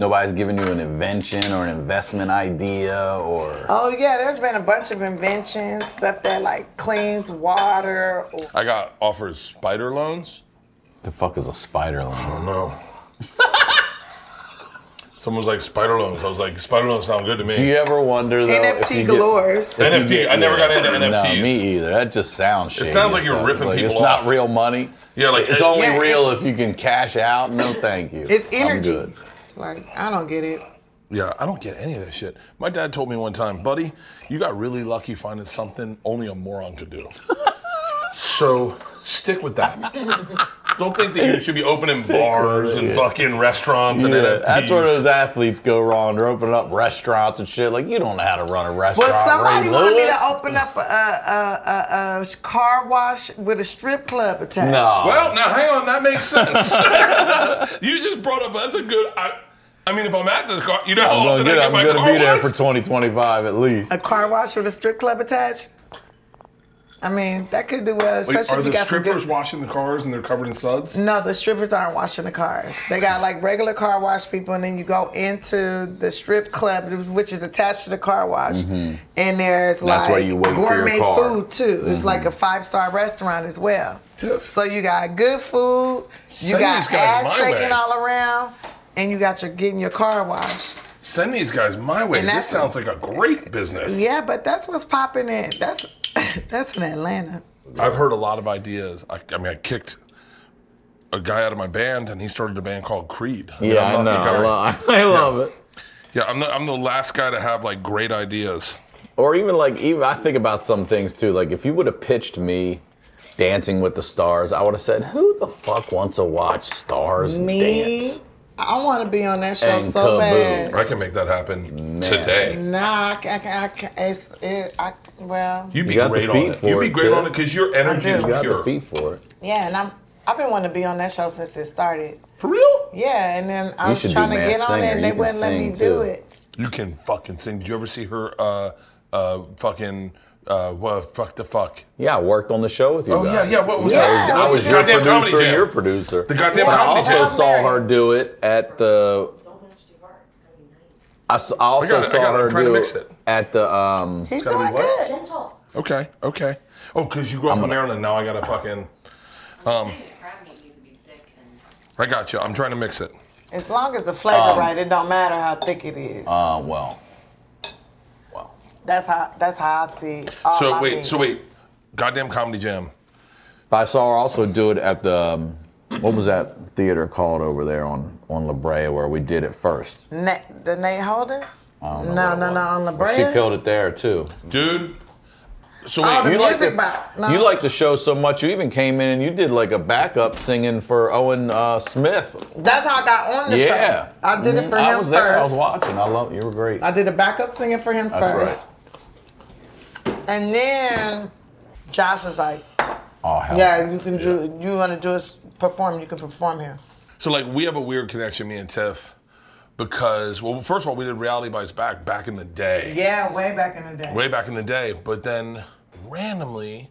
Speaker 1: Nobody's giving you an invention or an investment idea or.
Speaker 4: Oh yeah, there's been a bunch of inventions, stuff that like cleans water. Or,
Speaker 2: I got offered spider loans.
Speaker 1: The fuck is a spider line?
Speaker 2: Oh no. Someone's like spider loans. I was like, spider loans sound good to me.
Speaker 1: Do you ever wonder though? if you
Speaker 4: NFT
Speaker 1: get-
Speaker 4: galores.
Speaker 1: if you
Speaker 2: NFT. I never got into NFTs.
Speaker 1: No, me either. That just sounds. shady
Speaker 2: sounds like
Speaker 1: as
Speaker 2: you're
Speaker 1: fuck.
Speaker 2: ripping
Speaker 1: like, It's
Speaker 2: people
Speaker 1: not
Speaker 2: off.
Speaker 1: real money.
Speaker 2: Yeah, like-
Speaker 1: it's only
Speaker 4: Yeah, it's-
Speaker 1: real if you can cash out. No, thank you.
Speaker 4: it's
Speaker 1: I'm
Speaker 4: energy.
Speaker 1: good.
Speaker 4: It's like I don't get it.
Speaker 2: yeah, I don't get any of that shit. My dad told me one time, buddy, you got really lucky finding something only a moron could do. so stick with that. don't think that you should be opening bars and fucking restaurants and
Speaker 1: Yeah,
Speaker 2: NFTs.
Speaker 1: that's where those athletes go wrong. They're opening up restaurants and shit. Like you don't know how to run a restaurant.
Speaker 4: But somebody
Speaker 1: Ray
Speaker 4: wanted me
Speaker 1: Lewis.
Speaker 4: to open up a, a, a, a, a car wash with a strip club attached.
Speaker 1: No.
Speaker 2: Well, now hang on, that makes sense. you just brought up that's a good. I, I mean, if I'm at the car, you know, how
Speaker 1: I'm
Speaker 2: often
Speaker 1: gonna,
Speaker 2: I
Speaker 1: get,
Speaker 2: get
Speaker 1: I'm
Speaker 2: my
Speaker 1: gonna
Speaker 2: car
Speaker 1: be there
Speaker 2: washed?
Speaker 1: for 2025 at least.
Speaker 4: A car wash with a strip club attached. I mean, that could do well,
Speaker 2: Wait,
Speaker 4: especially
Speaker 2: are
Speaker 4: if you
Speaker 2: the
Speaker 4: got some
Speaker 2: strippers
Speaker 4: good. Mm.
Speaker 2: washing the cars and they're covered in suds?
Speaker 4: no, the strippers aren't washing the cars. They got like regular car wash people, and then you go into the strip club, which is attached to the car wash, and there's
Speaker 1: Mm-hmm. That's
Speaker 4: like
Speaker 1: where you wait for your
Speaker 4: gourmet
Speaker 1: car. Mm-hmm.
Speaker 4: food too. It's like a five star restaurant as well.
Speaker 2: Tiff.
Speaker 4: So you got good food, you
Speaker 2: Send these
Speaker 4: got
Speaker 2: guys
Speaker 4: ass
Speaker 2: my
Speaker 4: shaking
Speaker 2: way.
Speaker 4: all around, and you got your getting your car washed.
Speaker 2: Send these guys my way.
Speaker 4: And
Speaker 2: This
Speaker 4: that's a-
Speaker 2: sounds like a great business.
Speaker 4: Yeah, but that's what's popping in. That's that's in Atlanta.
Speaker 2: I've heard a lot of ideas. I, I mean, I kicked a guy out of my band, and he started a band called Creed. I mean,
Speaker 1: yeah, I
Speaker 2: I'm
Speaker 1: know.
Speaker 2: not the
Speaker 1: I
Speaker 2: guy-
Speaker 1: love, I love it.
Speaker 2: yeah, I'm the, I'm the last guy to have like great ideas.
Speaker 1: or even like even I think about some things too. Like if you would have pitched me Dancing with the Stars. I would have said, who the fuck wants to watch stars
Speaker 4: Me,
Speaker 1: dance?
Speaker 4: I want to be on that show
Speaker 1: And
Speaker 4: so
Speaker 1: Kaboom.
Speaker 4: bad.
Speaker 2: I can make that happen today.
Speaker 4: Nah, I, ca- I, ca- it's, it, I, well,
Speaker 2: You'd be
Speaker 1: You got the
Speaker 2: great on
Speaker 1: feet
Speaker 2: it.
Speaker 1: for
Speaker 2: You'd be
Speaker 1: it,
Speaker 2: great
Speaker 1: too.
Speaker 2: on it because your energy
Speaker 4: do.
Speaker 2: is
Speaker 1: You got the
Speaker 2: pure.
Speaker 1: feet for it.
Speaker 4: yeah, and I'm, I've been wanting to be on that show since it started.
Speaker 2: For real?
Speaker 4: Yeah, and then I
Speaker 1: You
Speaker 4: was
Speaker 1: should do
Speaker 4: trying to
Speaker 1: Masked
Speaker 4: get on it,
Speaker 1: Singer.
Speaker 4: and
Speaker 1: You
Speaker 4: they
Speaker 1: can
Speaker 4: wouldn't let
Speaker 1: sing,
Speaker 4: me do
Speaker 1: too.
Speaker 4: it.
Speaker 2: You can fucking sing. Did you ever see her uh uh fucking uh what fuck the fuck?
Speaker 1: Yeah, I worked on the show with you
Speaker 2: Oh,
Speaker 1: guys.
Speaker 2: yeah, yeah, what was
Speaker 4: that?
Speaker 1: I was-
Speaker 4: Yeah,
Speaker 1: I
Speaker 4: it
Speaker 1: was
Speaker 4: was
Speaker 1: your
Speaker 2: the goddamn comedy
Speaker 1: producer and
Speaker 2: jam.
Speaker 1: your producer.
Speaker 2: The goddamn
Speaker 1: But I
Speaker 2: comedy
Speaker 1: also
Speaker 2: jam.
Speaker 1: saw her do it at the.
Speaker 5: Don't match too hard. It's gotta be nice.
Speaker 1: I, s- I also
Speaker 2: got it, I
Speaker 1: saw
Speaker 2: got it. I'm
Speaker 1: her
Speaker 2: trying to
Speaker 1: do
Speaker 2: mix
Speaker 1: it
Speaker 2: it.
Speaker 1: at the. Um,
Speaker 4: He's
Speaker 2: Gotta be
Speaker 4: doing
Speaker 2: what?
Speaker 4: good.
Speaker 5: Gentle.
Speaker 2: Okay, okay. Oh, because you grew up in Maryland. Now I gotta fucking.
Speaker 5: Um, crab meat needs to be thick and
Speaker 2: I got you. I'm trying to mix it.
Speaker 4: As long as the flavor right, it don't matter how thick it is.
Speaker 1: Um, uh, well, well,
Speaker 4: that's how that's how Oh, I see. All
Speaker 2: So
Speaker 4: my
Speaker 2: wait,
Speaker 4: things.
Speaker 2: so wait. Goddamn comedy jam.
Speaker 1: But I saw her also do it at the. Um, what was that theater called over there on on La Brea where we did it first?
Speaker 4: Na- the Nate Holden?
Speaker 1: I don't know
Speaker 4: No,
Speaker 1: what it
Speaker 4: no,
Speaker 1: was.
Speaker 4: no, on La
Speaker 1: But
Speaker 4: Brea?
Speaker 1: She killed it there too.
Speaker 2: Dude. So
Speaker 4: Oh, the
Speaker 2: wait, you like
Speaker 4: music
Speaker 2: the,
Speaker 4: box. No.
Speaker 1: You like the show so much, you even came in and you did like a backup singing for Owen uh, Smith.
Speaker 4: That's how I got on the
Speaker 1: Yeah,
Speaker 4: show. I did
Speaker 1: Mhm.
Speaker 4: it for
Speaker 1: I
Speaker 4: him
Speaker 1: was
Speaker 4: first.
Speaker 1: there. I was watching. I love you. Were great.
Speaker 4: I did a backup singing for him
Speaker 1: That's
Speaker 4: first. And then Josh was like,
Speaker 1: Oh hell.
Speaker 4: Yeah, you can do you wanna do us perform, you can perform here.
Speaker 2: So like we have a weird connection, me and Tiff, because well, first of all, we did Reality Bites back back in the day,
Speaker 4: Yeah, way back in the day.
Speaker 2: way back in the day. But then randomly,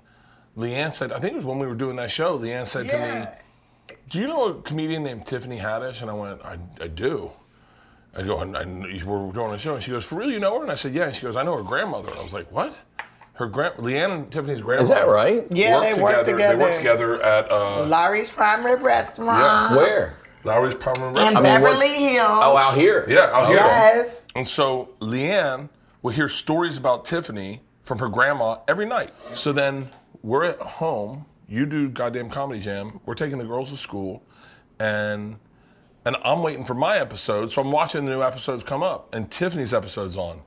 Speaker 2: Leanne said, I think it was when we were doing that show. Leanne said to
Speaker 4: yeah.
Speaker 2: me, "Do you know a comedian named Tiffany Haddish?" And I went, "I, I do." I go, I, I, kn- "We're doing a show," and she goes, "For real, you know her?" And I said, "Yeah." And she goes, "I know her grandmother." And I was like, "What?" Her grand, Leanne and Tiffany's grandmother.
Speaker 1: Is that right?
Speaker 4: Yeah, they worked
Speaker 2: They
Speaker 4: together.
Speaker 2: worked together at uh,
Speaker 4: Larry's Prime Rib Restaurant.
Speaker 2: Yeah.
Speaker 1: Where?
Speaker 2: Lowry's Palmer
Speaker 4: In
Speaker 2: Restaurant.
Speaker 1: mean,
Speaker 4: Beverly
Speaker 1: what's-
Speaker 4: Hills.
Speaker 1: Oh, out here.
Speaker 2: Yeah, out here.
Speaker 4: Yes.
Speaker 2: And so Leanne will hear stories about Tiffany from her grandma every night. So then we're at home. You do goddamn comedy jam. We're taking the girls to school, and and I'm waiting for my episode. So I'm watching the new episodes come up, and Tiffany's episode's on,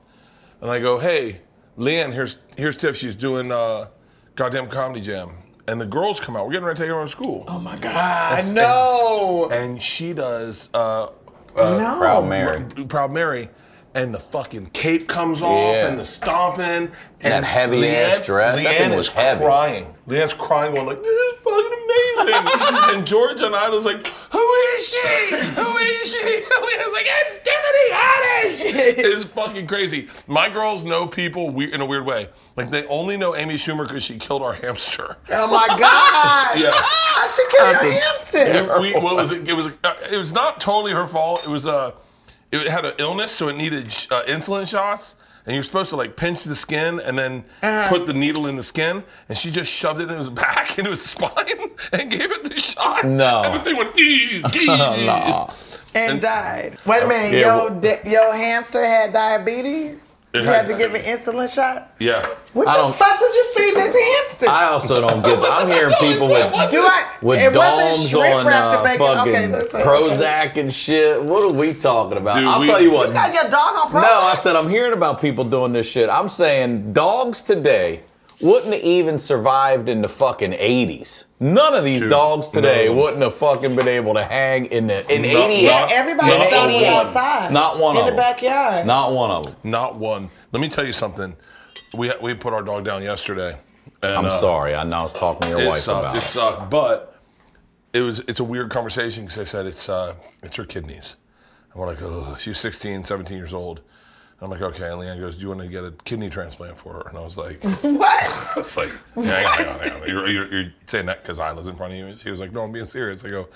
Speaker 2: and I go, "Hey, Leanne, here's here's Tiff. She's doing uh, goddamn comedy jam." And the girls come out. We're getting ready to take her to school,
Speaker 4: Oh my God.
Speaker 2: That's-
Speaker 4: No.
Speaker 2: and she does. Uh,
Speaker 4: no.
Speaker 1: Proud Mary.
Speaker 2: Proud Mary, and the fucking cape comes off,
Speaker 1: Yeah.
Speaker 2: and the stomping, and
Speaker 1: That heavy ass dress, that
Speaker 2: Leanne
Speaker 1: thing
Speaker 2: is
Speaker 1: was heavy.
Speaker 2: crying. Leanne's crying, going like, "This is fucking amazing." and Georgia and I was like, "Who is she? Who is she?" And Leanne's like, "It's Tiffany Haddish." it's fucking crazy. My girls know people we- in a weird way. Like they only know Amy Schumer because she killed our hamster.
Speaker 4: Oh my God!
Speaker 2: Yeah.
Speaker 4: Ah, she killed her hamster.
Speaker 2: we, what was it? It was uh, it was not totally her fault. It was uh, it had an illness, so it needed uh, insulin shots, and you're supposed to like pinch the skin and then
Speaker 1: Ah.
Speaker 2: put the needle in the skin, and she just shoved it in his back into his spine and gave it the shot.
Speaker 1: No. Oh,
Speaker 2: and the thing went. "Ee, ee."
Speaker 1: Nah.
Speaker 4: And died. Wait a minute,
Speaker 1: Yeah,
Speaker 4: yo, di- yo hamster had diabetes? You had to give an insulin shot?
Speaker 2: Yeah,
Speaker 4: What
Speaker 1: I
Speaker 4: the
Speaker 1: don't-
Speaker 4: fuck would you feed this hamster?
Speaker 1: I also don't get that. I'm hearing people with
Speaker 4: Do I?
Speaker 1: with
Speaker 4: it wasn't
Speaker 1: doms
Speaker 4: shrimp
Speaker 1: on
Speaker 4: wrapped
Speaker 1: uh,
Speaker 4: in bacon.
Speaker 1: fucking
Speaker 4: okay, listen.
Speaker 1: Prozac and shit. What are we talking about?
Speaker 2: Dude,
Speaker 1: I'll
Speaker 2: we-
Speaker 1: tell you what.
Speaker 4: You got your dog on Prozac?
Speaker 1: No, I said I'm hearing about people doing this shit. I'm saying dogs today wouldn't have even survived in the fucking 80s. None of these
Speaker 2: Dude,
Speaker 1: dogs today
Speaker 2: no.
Speaker 1: wouldn't have fucking been able to hang in the in
Speaker 2: Not-
Speaker 1: 88.
Speaker 4: Yeah,
Speaker 2: not-
Speaker 4: everybody's
Speaker 2: not
Speaker 4: dog was
Speaker 2: one.
Speaker 4: outside.
Speaker 1: Not one
Speaker 4: In
Speaker 1: of
Speaker 4: the
Speaker 1: them.
Speaker 4: backyard.
Speaker 1: Not one of them.
Speaker 2: not one. Let me tell you something. We we put our dog down yesterday. And,
Speaker 1: I'm
Speaker 2: uh,
Speaker 1: sorry. I know I was talking to your
Speaker 2: It
Speaker 1: wife
Speaker 2: sucked.
Speaker 1: about
Speaker 2: It
Speaker 1: it.
Speaker 2: sucked, but it was it's a weird conversation because I said it's uh, it's her kidneys, and we're like, oh, she's 16, 17 years old. And I'm like, okay. And Leanne goes, do you want to get a kidney transplant for her? And I was like,
Speaker 4: What?
Speaker 2: it's like, hang on, hang on, hang on. You're, you're, you're saying that because Isla's in front of you. And she was like, no, I'm being serious. I go.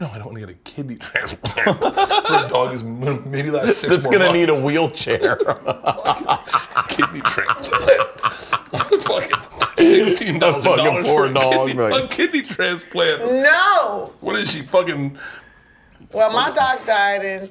Speaker 2: No, I don't want to get a kidney transplant. for a dog is m- maybe last six
Speaker 1: That's
Speaker 2: more
Speaker 1: gonna need a
Speaker 2: months.
Speaker 1: wheelchair.
Speaker 2: kidney transplant. fucking sixteen thousand dollars for
Speaker 1: poor
Speaker 2: a
Speaker 1: dog,
Speaker 2: kidney,
Speaker 1: right.
Speaker 2: a kidney transplant.
Speaker 4: No.
Speaker 2: What is she fucking?
Speaker 4: Well, my dog died in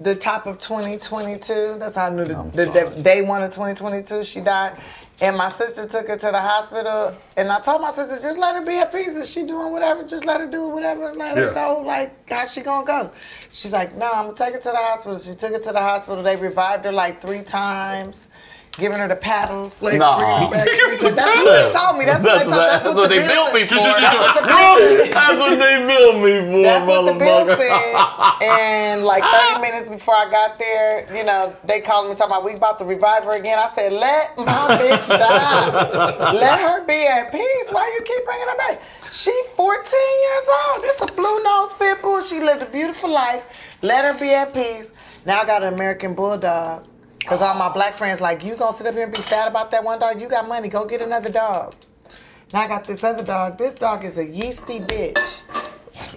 Speaker 4: the top of 2022. That's how I knew the, the, the day one of 2022 she died. And my sister took her to the hospital. And I told my sister, just let her be at peace. If she doing whatever, just let her do whatever. Let
Speaker 2: Yeah.
Speaker 4: her go. Like, how she gonna go? She's like, no, I'm gonna take her to the hospital. She took her to the hospital. They revived her like three times. giving her the paddles, like
Speaker 1: Nah.
Speaker 4: bringing her back. three times. That's what they told me. That's, what they told me. That's, what, the
Speaker 1: they
Speaker 4: bill
Speaker 1: built me
Speaker 4: said.
Speaker 1: for.
Speaker 4: That's what the bill said.
Speaker 1: That's what they built me for,
Speaker 4: That's what the bill
Speaker 1: motherfucker.
Speaker 4: said. And like 30 minutes before I got there, you know, they called me talking about we about to revive her again. I said, let my bitch die. let her be at peace. Why you keep bringing her back? She 14 years old. This a blue nosed pit bull. She lived a beautiful life. Let her be at peace. Now I got an American bulldog. Cause all my black friends like, you gonna sit up here and be sad about that one dog? You got money, go get another dog. Now I got this other dog. This dog is a yeasty bitch.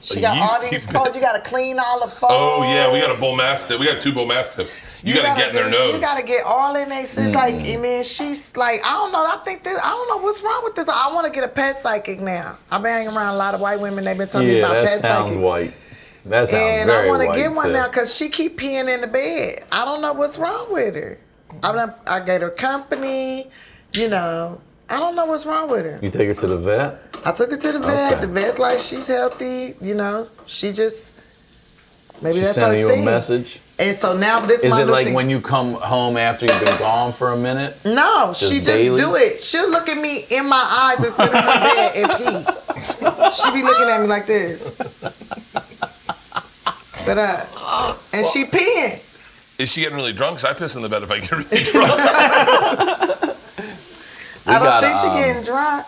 Speaker 4: She
Speaker 2: A
Speaker 4: got all
Speaker 2: yeasty
Speaker 4: these
Speaker 2: bitch.
Speaker 4: folds. You gotta clean all the folds.
Speaker 2: Oh yeah, we got a bull mastiff. We got two bull mastiffs. You, gotta, get in their
Speaker 4: do-
Speaker 2: nose. Mm.
Speaker 4: You gotta get all in they shit. Like, I mean, she's like, I don't know. I think this. I don't know what's wrong with this. I want to get a pet psychic now. I've been hanging around a lot of white women. They've been telling me
Speaker 1: Yeah,
Speaker 4: about
Speaker 1: that
Speaker 4: pet
Speaker 1: sounds
Speaker 4: psychics.
Speaker 1: white. That sounds
Speaker 4: And I
Speaker 1: very
Speaker 4: want to
Speaker 1: white,
Speaker 4: get one
Speaker 1: too.
Speaker 4: now because she keep peeing in the bed. I don't know what's wrong with her. I mean, I gave her company. You know, I don't know what's wrong with her.
Speaker 1: You take her to the vet?
Speaker 4: I took her to the vet.
Speaker 1: Okay.
Speaker 4: The vet's like, she's healthy. You know, she just maybe
Speaker 1: She
Speaker 4: that's her
Speaker 1: sending you
Speaker 4: thing.
Speaker 1: a message?
Speaker 4: And so now this
Speaker 1: Is
Speaker 4: my
Speaker 1: it
Speaker 4: new
Speaker 1: like
Speaker 4: thing.
Speaker 1: when you come home after you've been gone for a minute?
Speaker 4: no, she just
Speaker 1: daily?
Speaker 4: do it. She'll look at me in my eyes and sit in my bed and pee. She be looking at me like this. But uh, and she peeing.
Speaker 2: Is she getting really drunk? 'Cause I piss in the bed if I get really drunk.
Speaker 4: I don't
Speaker 1: gotta,
Speaker 4: think she
Speaker 1: um,
Speaker 4: getting drunk.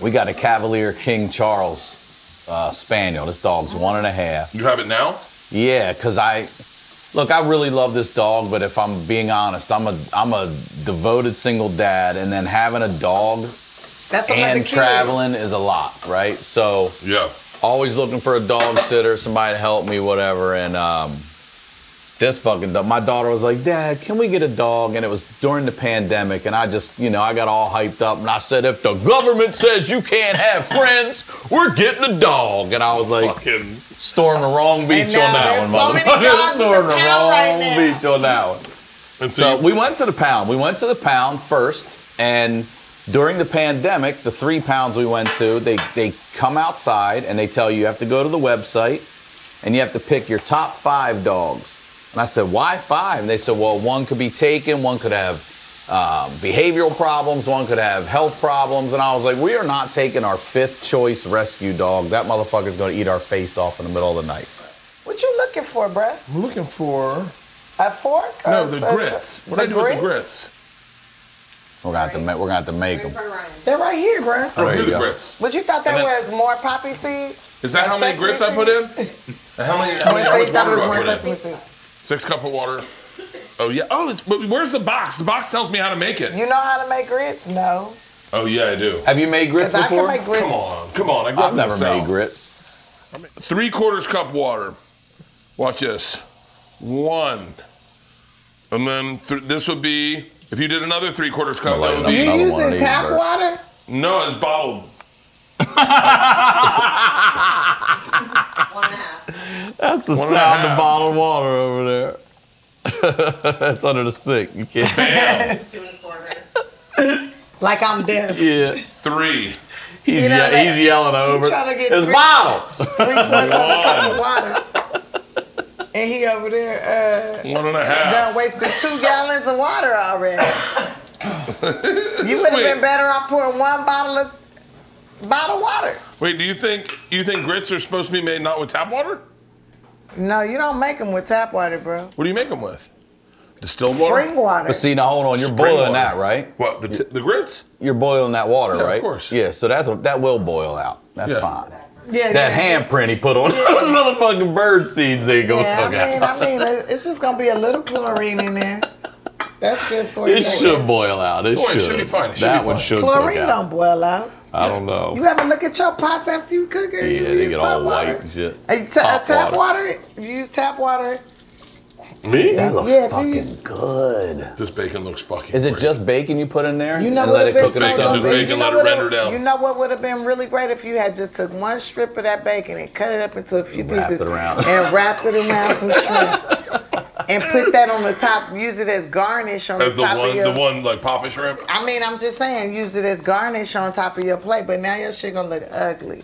Speaker 1: We got a Cavalier King Charles uh, Spaniel. This dog's one and a half.
Speaker 2: you have it now.
Speaker 1: Yeah, because I look, I really love this dog, but if I'm being honest, I'm a I'm a devoted single dad, and then having a dog
Speaker 4: That's another
Speaker 1: and
Speaker 4: kid.
Speaker 1: traveling is a lot, right? So
Speaker 2: Yeah.
Speaker 1: always looking for a dog sitter, somebody to help me, whatever. And um, this fucking dog, my daughter was like, Dad, can we get a dog? And it was during the pandemic. And I just, you know, I got all hyped up. And I said, If the government says you can't have friends, we're getting a dog. And I was like,
Speaker 2: Fucking.
Speaker 1: Storm the wrong beach
Speaker 4: now
Speaker 1: on that
Speaker 4: there's
Speaker 1: one,
Speaker 4: so many
Speaker 1: motherfucker.
Speaker 4: dogs in the
Speaker 1: Storm the
Speaker 4: pound
Speaker 1: wrong
Speaker 4: right now.
Speaker 1: beach on that one.
Speaker 2: And
Speaker 1: So
Speaker 2: so,
Speaker 1: we went to the pound. We went to the pound first, and during the pandemic, the three pounds we went to, they they come outside and they tell you you have to go to the website and you have to pick your top five dogs. And I said, why five? And they said, well, one could be taken, one could have um, behavioral problems, one could have health problems. And I was like, we are not taking our fifth choice rescue dog. That motherfucker's gonna eat our face off in the middle of the night.
Speaker 4: What you looking for, bruh?
Speaker 2: I'm looking for
Speaker 4: A fork? Or
Speaker 2: no
Speaker 4: a-
Speaker 2: the
Speaker 4: a-
Speaker 2: grits. What do I do with Uh, the grits?
Speaker 1: We're gonna have to, ma- we're gonna have to make
Speaker 5: Bring
Speaker 1: them.
Speaker 5: her Ryan.
Speaker 4: They're right here, bruh.
Speaker 2: I
Speaker 1: There
Speaker 2: don't
Speaker 1: you
Speaker 2: do the
Speaker 1: go.
Speaker 2: grits.
Speaker 4: But you thought that
Speaker 2: And
Speaker 4: was more poppy seeds?
Speaker 2: Is that how many
Speaker 4: Sesame
Speaker 2: grits I put in? And how many? How
Speaker 4: Oh,
Speaker 2: many?
Speaker 4: so
Speaker 2: How
Speaker 4: you
Speaker 2: much
Speaker 4: thought
Speaker 2: water
Speaker 4: it
Speaker 2: do
Speaker 4: was more
Speaker 2: I put
Speaker 4: sesame
Speaker 2: in?
Speaker 4: seeds.
Speaker 2: Six cup of water. Oh yeah. Oh, it's, but where's the box? The box tells me how to make it.
Speaker 4: You know how to make grits? No.
Speaker 2: Oh yeah, I do.
Speaker 1: Have you made grits
Speaker 4: Because I can
Speaker 1: before?
Speaker 4: make grits.
Speaker 2: Come on, come on. I grew up
Speaker 1: I've
Speaker 2: in
Speaker 1: never
Speaker 2: the South.
Speaker 1: made grits.
Speaker 2: Three quarters cup water. Watch this. One. And then th- this would be, if you did another three quarters cup,
Speaker 1: Like
Speaker 2: that would
Speaker 1: another
Speaker 2: be.
Speaker 4: You
Speaker 1: one of
Speaker 4: using
Speaker 1: these,
Speaker 4: tap
Speaker 1: bruh.
Speaker 4: water?
Speaker 2: No, it's bottled.
Speaker 5: One and a half.
Speaker 1: That's the
Speaker 2: One and a
Speaker 1: sound of
Speaker 2: half.
Speaker 1: bottled water over there. That's under the stick. You can't.
Speaker 5: Two and a quarter.
Speaker 4: Like I'm deaf.
Speaker 1: Yeah.
Speaker 2: Three.
Speaker 1: He's,
Speaker 4: You know
Speaker 1: ye-
Speaker 4: that-
Speaker 1: he's yelling over.
Speaker 4: trying to get
Speaker 1: It's
Speaker 4: three-
Speaker 1: bottled.
Speaker 4: Three fourths of a cup of water. And he over there
Speaker 2: One and a
Speaker 4: uh, done
Speaker 2: half.
Speaker 4: wasted two gallons of water already. you would have
Speaker 2: Wait.
Speaker 4: been better off pouring one bottle of bottled water.
Speaker 2: Wait, do you think you think grits are supposed to be made not with tap water?
Speaker 4: No, you don't make them with tap water, bro.
Speaker 2: What do you make them with? Distilled water?
Speaker 4: Spring water.
Speaker 1: But see, now hold on. You're
Speaker 2: Spring
Speaker 1: boiling
Speaker 2: water.
Speaker 1: that, right?
Speaker 2: What, the, t- the grits?
Speaker 1: You're boiling that water,
Speaker 2: of
Speaker 1: right?
Speaker 2: course.
Speaker 1: Yeah, so that, that will boil out. That's
Speaker 2: Yeah.
Speaker 1: fine.
Speaker 4: yeah,
Speaker 1: That
Speaker 4: yeah.
Speaker 1: handprint he put on those motherfucking bird seeds ain't gonna
Speaker 4: Yeah, I
Speaker 1: fuck out.
Speaker 4: mean, I mean, it- it's just gonna be a little chlorine in there. That's good for you.
Speaker 1: It should boil out. It,
Speaker 2: Oh,
Speaker 1: should.
Speaker 2: it should be fine. It should
Speaker 1: that
Speaker 2: be
Speaker 1: one
Speaker 2: fine.
Speaker 1: should cook
Speaker 4: Chlorine
Speaker 1: out.
Speaker 4: don't boil out.
Speaker 1: I don't know.
Speaker 4: You ever look at your pots after you cook it?
Speaker 1: Yeah,
Speaker 4: You
Speaker 1: they
Speaker 4: use
Speaker 1: get
Speaker 4: tap
Speaker 1: all white
Speaker 4: water.
Speaker 1: and shit.
Speaker 4: Hey, ta- uh,
Speaker 1: Hot
Speaker 4: tap water. You use tap water.
Speaker 2: Me?
Speaker 1: That looks
Speaker 4: Yeah, if you
Speaker 1: fucking
Speaker 4: use-
Speaker 1: good.
Speaker 2: This bacon looks fucking
Speaker 1: Is it
Speaker 2: great.
Speaker 1: just bacon you put in there?
Speaker 4: You know
Speaker 1: and
Speaker 4: what
Speaker 1: let
Speaker 4: would
Speaker 1: it
Speaker 4: been
Speaker 1: cook
Speaker 4: so
Speaker 1: in its
Speaker 2: Take out
Speaker 1: own
Speaker 2: the
Speaker 4: good.
Speaker 1: juice?
Speaker 2: bacon,
Speaker 4: you know
Speaker 2: let it
Speaker 4: would've-
Speaker 2: render down.
Speaker 4: You know what would have been really great if you had just took one strip of that bacon and cut it up into a few
Speaker 1: Wrapped
Speaker 4: pieces
Speaker 1: it around.
Speaker 4: and wrapped it around some shrimp and put that on the top. Use it as garnish on
Speaker 2: As the
Speaker 4: top of
Speaker 2: one,
Speaker 4: your.
Speaker 2: the one like Papa shrimp?
Speaker 4: I mean, I'm just saying, use it as garnish on top of your plate, but now your shit gonna look ugly.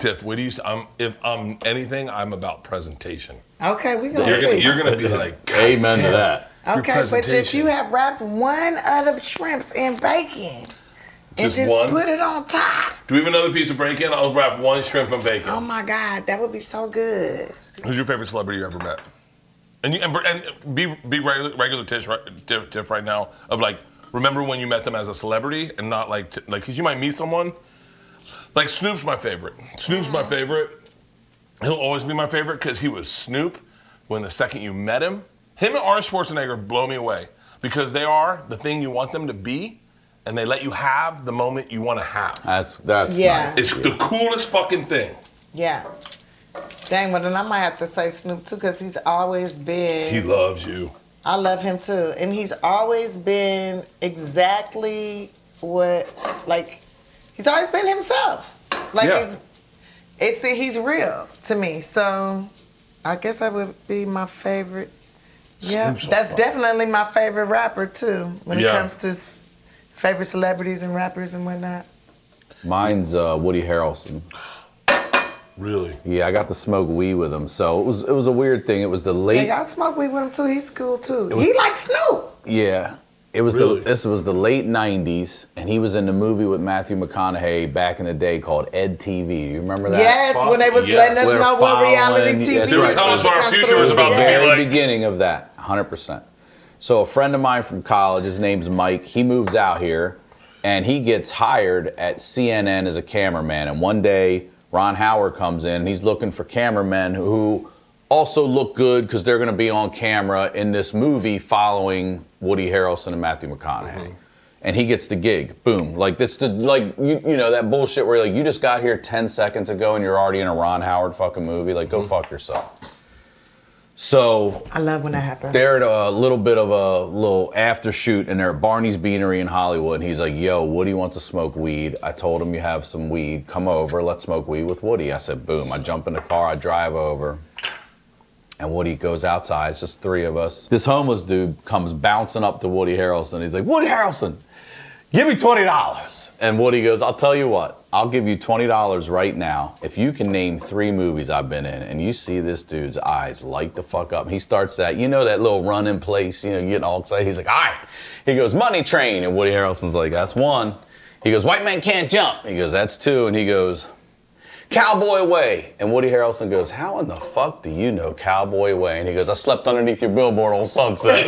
Speaker 2: Tiff, what do you, s- I'm, if I'm anything, I'm about presentation.
Speaker 4: Okay, we gonna
Speaker 2: You're
Speaker 4: see.
Speaker 2: gonna, you're gonna be like,
Speaker 1: Amen to that.
Speaker 2: your
Speaker 4: Okay, but if
Speaker 2: presentation.
Speaker 4: you have wrapped one of the shrimps in bacon and
Speaker 2: Just
Speaker 4: just
Speaker 2: one?
Speaker 4: put it on top,
Speaker 2: Do we have another piece of bacon? I'll wrap one shrimp and bacon.
Speaker 4: oh my God, that would be so good.
Speaker 2: Who's your favorite celebrity you ever met? And you, and, and be be regular, regular tish, right, tip, tip right now of like remember when you met them as a celebrity and not like t- like because you might meet someone like Snoop's my favorite. Snoop's my favorite. He'll always be my favorite because he was Snoop. When the second you met him, him and Arnold Schwarzenegger blow me away because they are the thing you want them to be, and they let you have the moment you want to have.
Speaker 1: That's that's
Speaker 4: Yeah.
Speaker 1: nice.
Speaker 2: It's the coolest fucking thing.
Speaker 4: Yeah. Dang, well then I might have to say Snoop too, because he's always been.
Speaker 2: He loves you.
Speaker 4: I love him too, and he's always been exactly what like he's always been himself. Like
Speaker 2: Yeah.
Speaker 4: he's it's he's real to me. So I guess that would be my favorite. Yeah,
Speaker 2: Snoop's on
Speaker 4: that's
Speaker 2: fire.
Speaker 4: definitely my favorite rapper too. When
Speaker 2: Yeah.
Speaker 4: it comes to s- favorite celebrities and rappers and whatnot.
Speaker 1: Mine's uh, Woody Harrelson.
Speaker 2: Really.
Speaker 1: Yeah, I got to smoke weed with him, so it was it was a weird thing. It was the late
Speaker 4: Yeah, I smoke weed with him too. He's cool too. he likes Snoop.
Speaker 1: Yeah. It was
Speaker 2: Really?
Speaker 1: the, this was the late '90s, and he was in the movie with Matthew McConaughey back in the day called Ed TV. You remember that?
Speaker 4: Yes,
Speaker 2: fuck
Speaker 4: when they was
Speaker 2: yes.
Speaker 4: letting us
Speaker 1: We're
Speaker 4: know what reality
Speaker 1: following-
Speaker 4: TV
Speaker 1: that's
Speaker 4: was
Speaker 1: right.
Speaker 2: Tell us
Speaker 4: about to
Speaker 2: what our
Speaker 4: come
Speaker 2: future
Speaker 4: through.
Speaker 2: is about to be.
Speaker 1: the very
Speaker 2: like-
Speaker 1: beginning of that, 100%. So a friend of mine from college, his name's Mike, he moves out here and he gets hired at CNN as a cameraman. And one day, Ron Howard comes in and he's looking for cameramen who also look good because they're going to be on camera in this movie following Woody Harrelson and Matthew McConaughey. And he gets the gig. Boom. Like that's the like you, you know that bullshit where like you just got here 10 seconds ago and you're already in a Ron Howard fucking movie. Like go fuck yourself. So
Speaker 4: I love when that happens.
Speaker 1: they're at a little bit of a little after shoot, and they're at Barney's Beanery in Hollywood. And he's like, "Yo, Woody wants to smoke weed." I told him you have some weed. Come over, let's smoke weed with Woody. I said, "Boom!" I jump in the car, I drive over, and Woody goes outside. It's just three of us. This homeless dude comes bouncing up to Woody Harrelson. He's like, "Woody Harrelson, give me twenty dollars." And Woody goes, "I'll tell you what." I'll give you $20 right now if you can name three movies I've been in and you see this dude's eyes light the fuck up. He starts that, you know, that little run in place, you know, getting all excited. He's like, all right. He goes, Money Train. And Woody Harrelson's like, that's one. He goes, White Man Can't Jump. He goes, that's two. And he goes, Cowboy Way. And Woody Harrelson goes, How in the fuck do you know Cowboy Way? And he goes, I slept underneath your billboard on Sunset.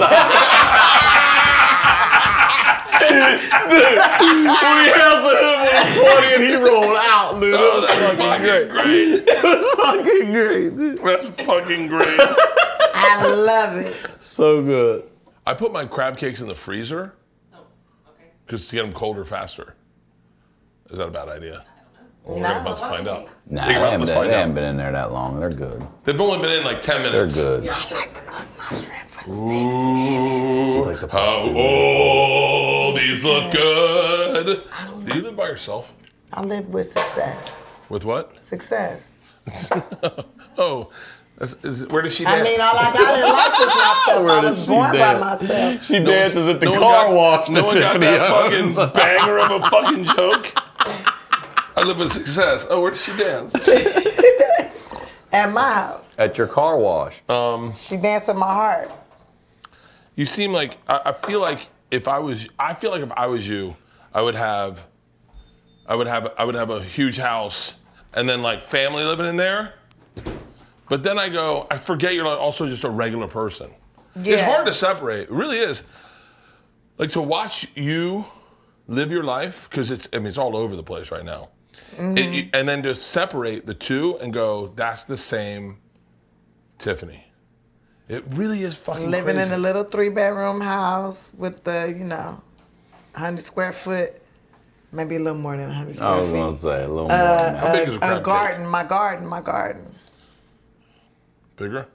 Speaker 1: Woody Harrelson hit him with a 20 and he rolled out, dude.
Speaker 2: Oh, that's fucking great.
Speaker 1: fucking great, dude.
Speaker 2: That's fucking great.
Speaker 4: I love it.
Speaker 1: So good.
Speaker 2: I put my crab cakes in the freezer
Speaker 5: Oh,
Speaker 2: because to get them colder faster. Is that a bad idea? Well, we're
Speaker 4: No.
Speaker 2: about to
Speaker 5: Oh,
Speaker 2: find out.
Speaker 1: Nah,
Speaker 2: Take
Speaker 1: they,
Speaker 2: 'em out,
Speaker 1: haven't
Speaker 2: let's
Speaker 1: been,
Speaker 2: find
Speaker 1: they haven't
Speaker 2: out.
Speaker 1: been in there that long. They're good.
Speaker 2: They've only been in like 10
Speaker 1: They're
Speaker 2: minutes.
Speaker 1: good.
Speaker 2: Ooh,
Speaker 1: like the past
Speaker 2: how
Speaker 1: two minutes.
Speaker 2: old these look good. Do you live by yourself?
Speaker 4: I live with success.
Speaker 2: With what?
Speaker 4: Success.
Speaker 2: Oh, is, is, where does she dance?
Speaker 4: I mean, all I got in life is myself. I
Speaker 1: did
Speaker 4: was
Speaker 1: she
Speaker 4: born by
Speaker 1: dance?
Speaker 4: myself.
Speaker 1: She dances at the
Speaker 2: No one
Speaker 1: car
Speaker 2: got-
Speaker 1: wash to
Speaker 2: No one got
Speaker 1: Tiffany
Speaker 2: that
Speaker 1: Owens.
Speaker 2: fucking banger of a fucking joke. I live with success. Oh, where does she dance?
Speaker 4: At my house,
Speaker 1: At your car wash.
Speaker 2: Uh,
Speaker 4: she danced in my heart.
Speaker 2: You seem like I, I feel like if I was I feel like if I was you, I would have I would have I would have a huge house and then like family living in there. But then I go, I forget you're like also just a regular person.
Speaker 4: Yeah.
Speaker 2: It's hard to separate. It really is. Like to watch you live your life because it's I mean it's all over the place right now.
Speaker 4: Mm-hmm.
Speaker 2: It- you- and then to separate the two and go, that's the same Tiffany. It really is fucking
Speaker 4: Living in
Speaker 2: crazy.
Speaker 4: a little three bedroom house with the, you know, 100 square foot, maybe a little more than 100
Speaker 1: I
Speaker 4: square
Speaker 1: was going to
Speaker 4: feet.
Speaker 1: say a little more. than that.
Speaker 2: How big is a crab
Speaker 4: A
Speaker 2: cake?
Speaker 4: garden, my garden, my garden.
Speaker 2: Bigger?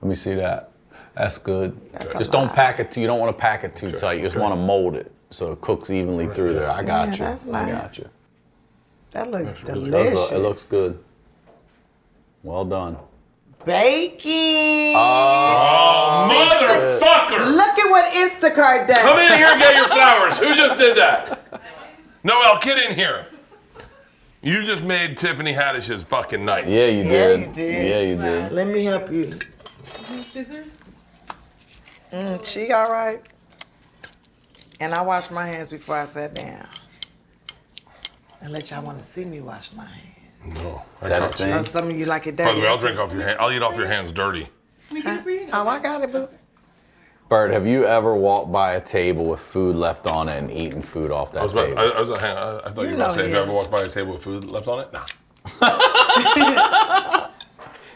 Speaker 1: Let me see that. That's good.
Speaker 4: That's a
Speaker 1: just don't
Speaker 4: lot.
Speaker 1: pack it too. You don't want to pack it too
Speaker 2: Okay,
Speaker 1: tight. You just
Speaker 2: okay.
Speaker 1: want to mold it so it cooks evenly through there. I got
Speaker 4: Yeah,
Speaker 1: you.
Speaker 4: that's
Speaker 1: I got
Speaker 4: nice.
Speaker 1: you.
Speaker 4: That looks
Speaker 2: really
Speaker 1: That
Speaker 4: delicious.
Speaker 1: was- it looks good. Well done.
Speaker 4: baking.
Speaker 1: Oh.
Speaker 2: Motherfucker!
Speaker 4: Look at what Instacart does.
Speaker 2: Come in here and get your flowers. Who just did that? Noel, get in here. You just made Tiffany Haddish's fucking night.
Speaker 1: Yeah, you
Speaker 4: Yeah,
Speaker 1: did.
Speaker 4: you did.
Speaker 1: Yeah, you did.
Speaker 4: Let me help you.
Speaker 5: Scissors?
Speaker 4: Mm, she all right. And I washed my hands before I sat down. Unless y'all want to see me wash my hands.
Speaker 2: No. I
Speaker 1: Is that a
Speaker 2: got you.
Speaker 1: thing?
Speaker 4: Or some of you like it dirty.
Speaker 2: By the way, I'll drink off your hand. I'll eat off your hands dirty.
Speaker 4: Oh, I got it, boo.
Speaker 1: Bert, have you ever walked by a table with food left on it and eaten food off
Speaker 2: I
Speaker 1: that
Speaker 2: was about,
Speaker 1: table?
Speaker 2: I, I was about, hang on, I, I thought you,
Speaker 4: You
Speaker 2: were going
Speaker 4: know
Speaker 2: to say, have
Speaker 4: he
Speaker 2: you ever
Speaker 4: is.
Speaker 2: walked by a table with food left on it? Nah.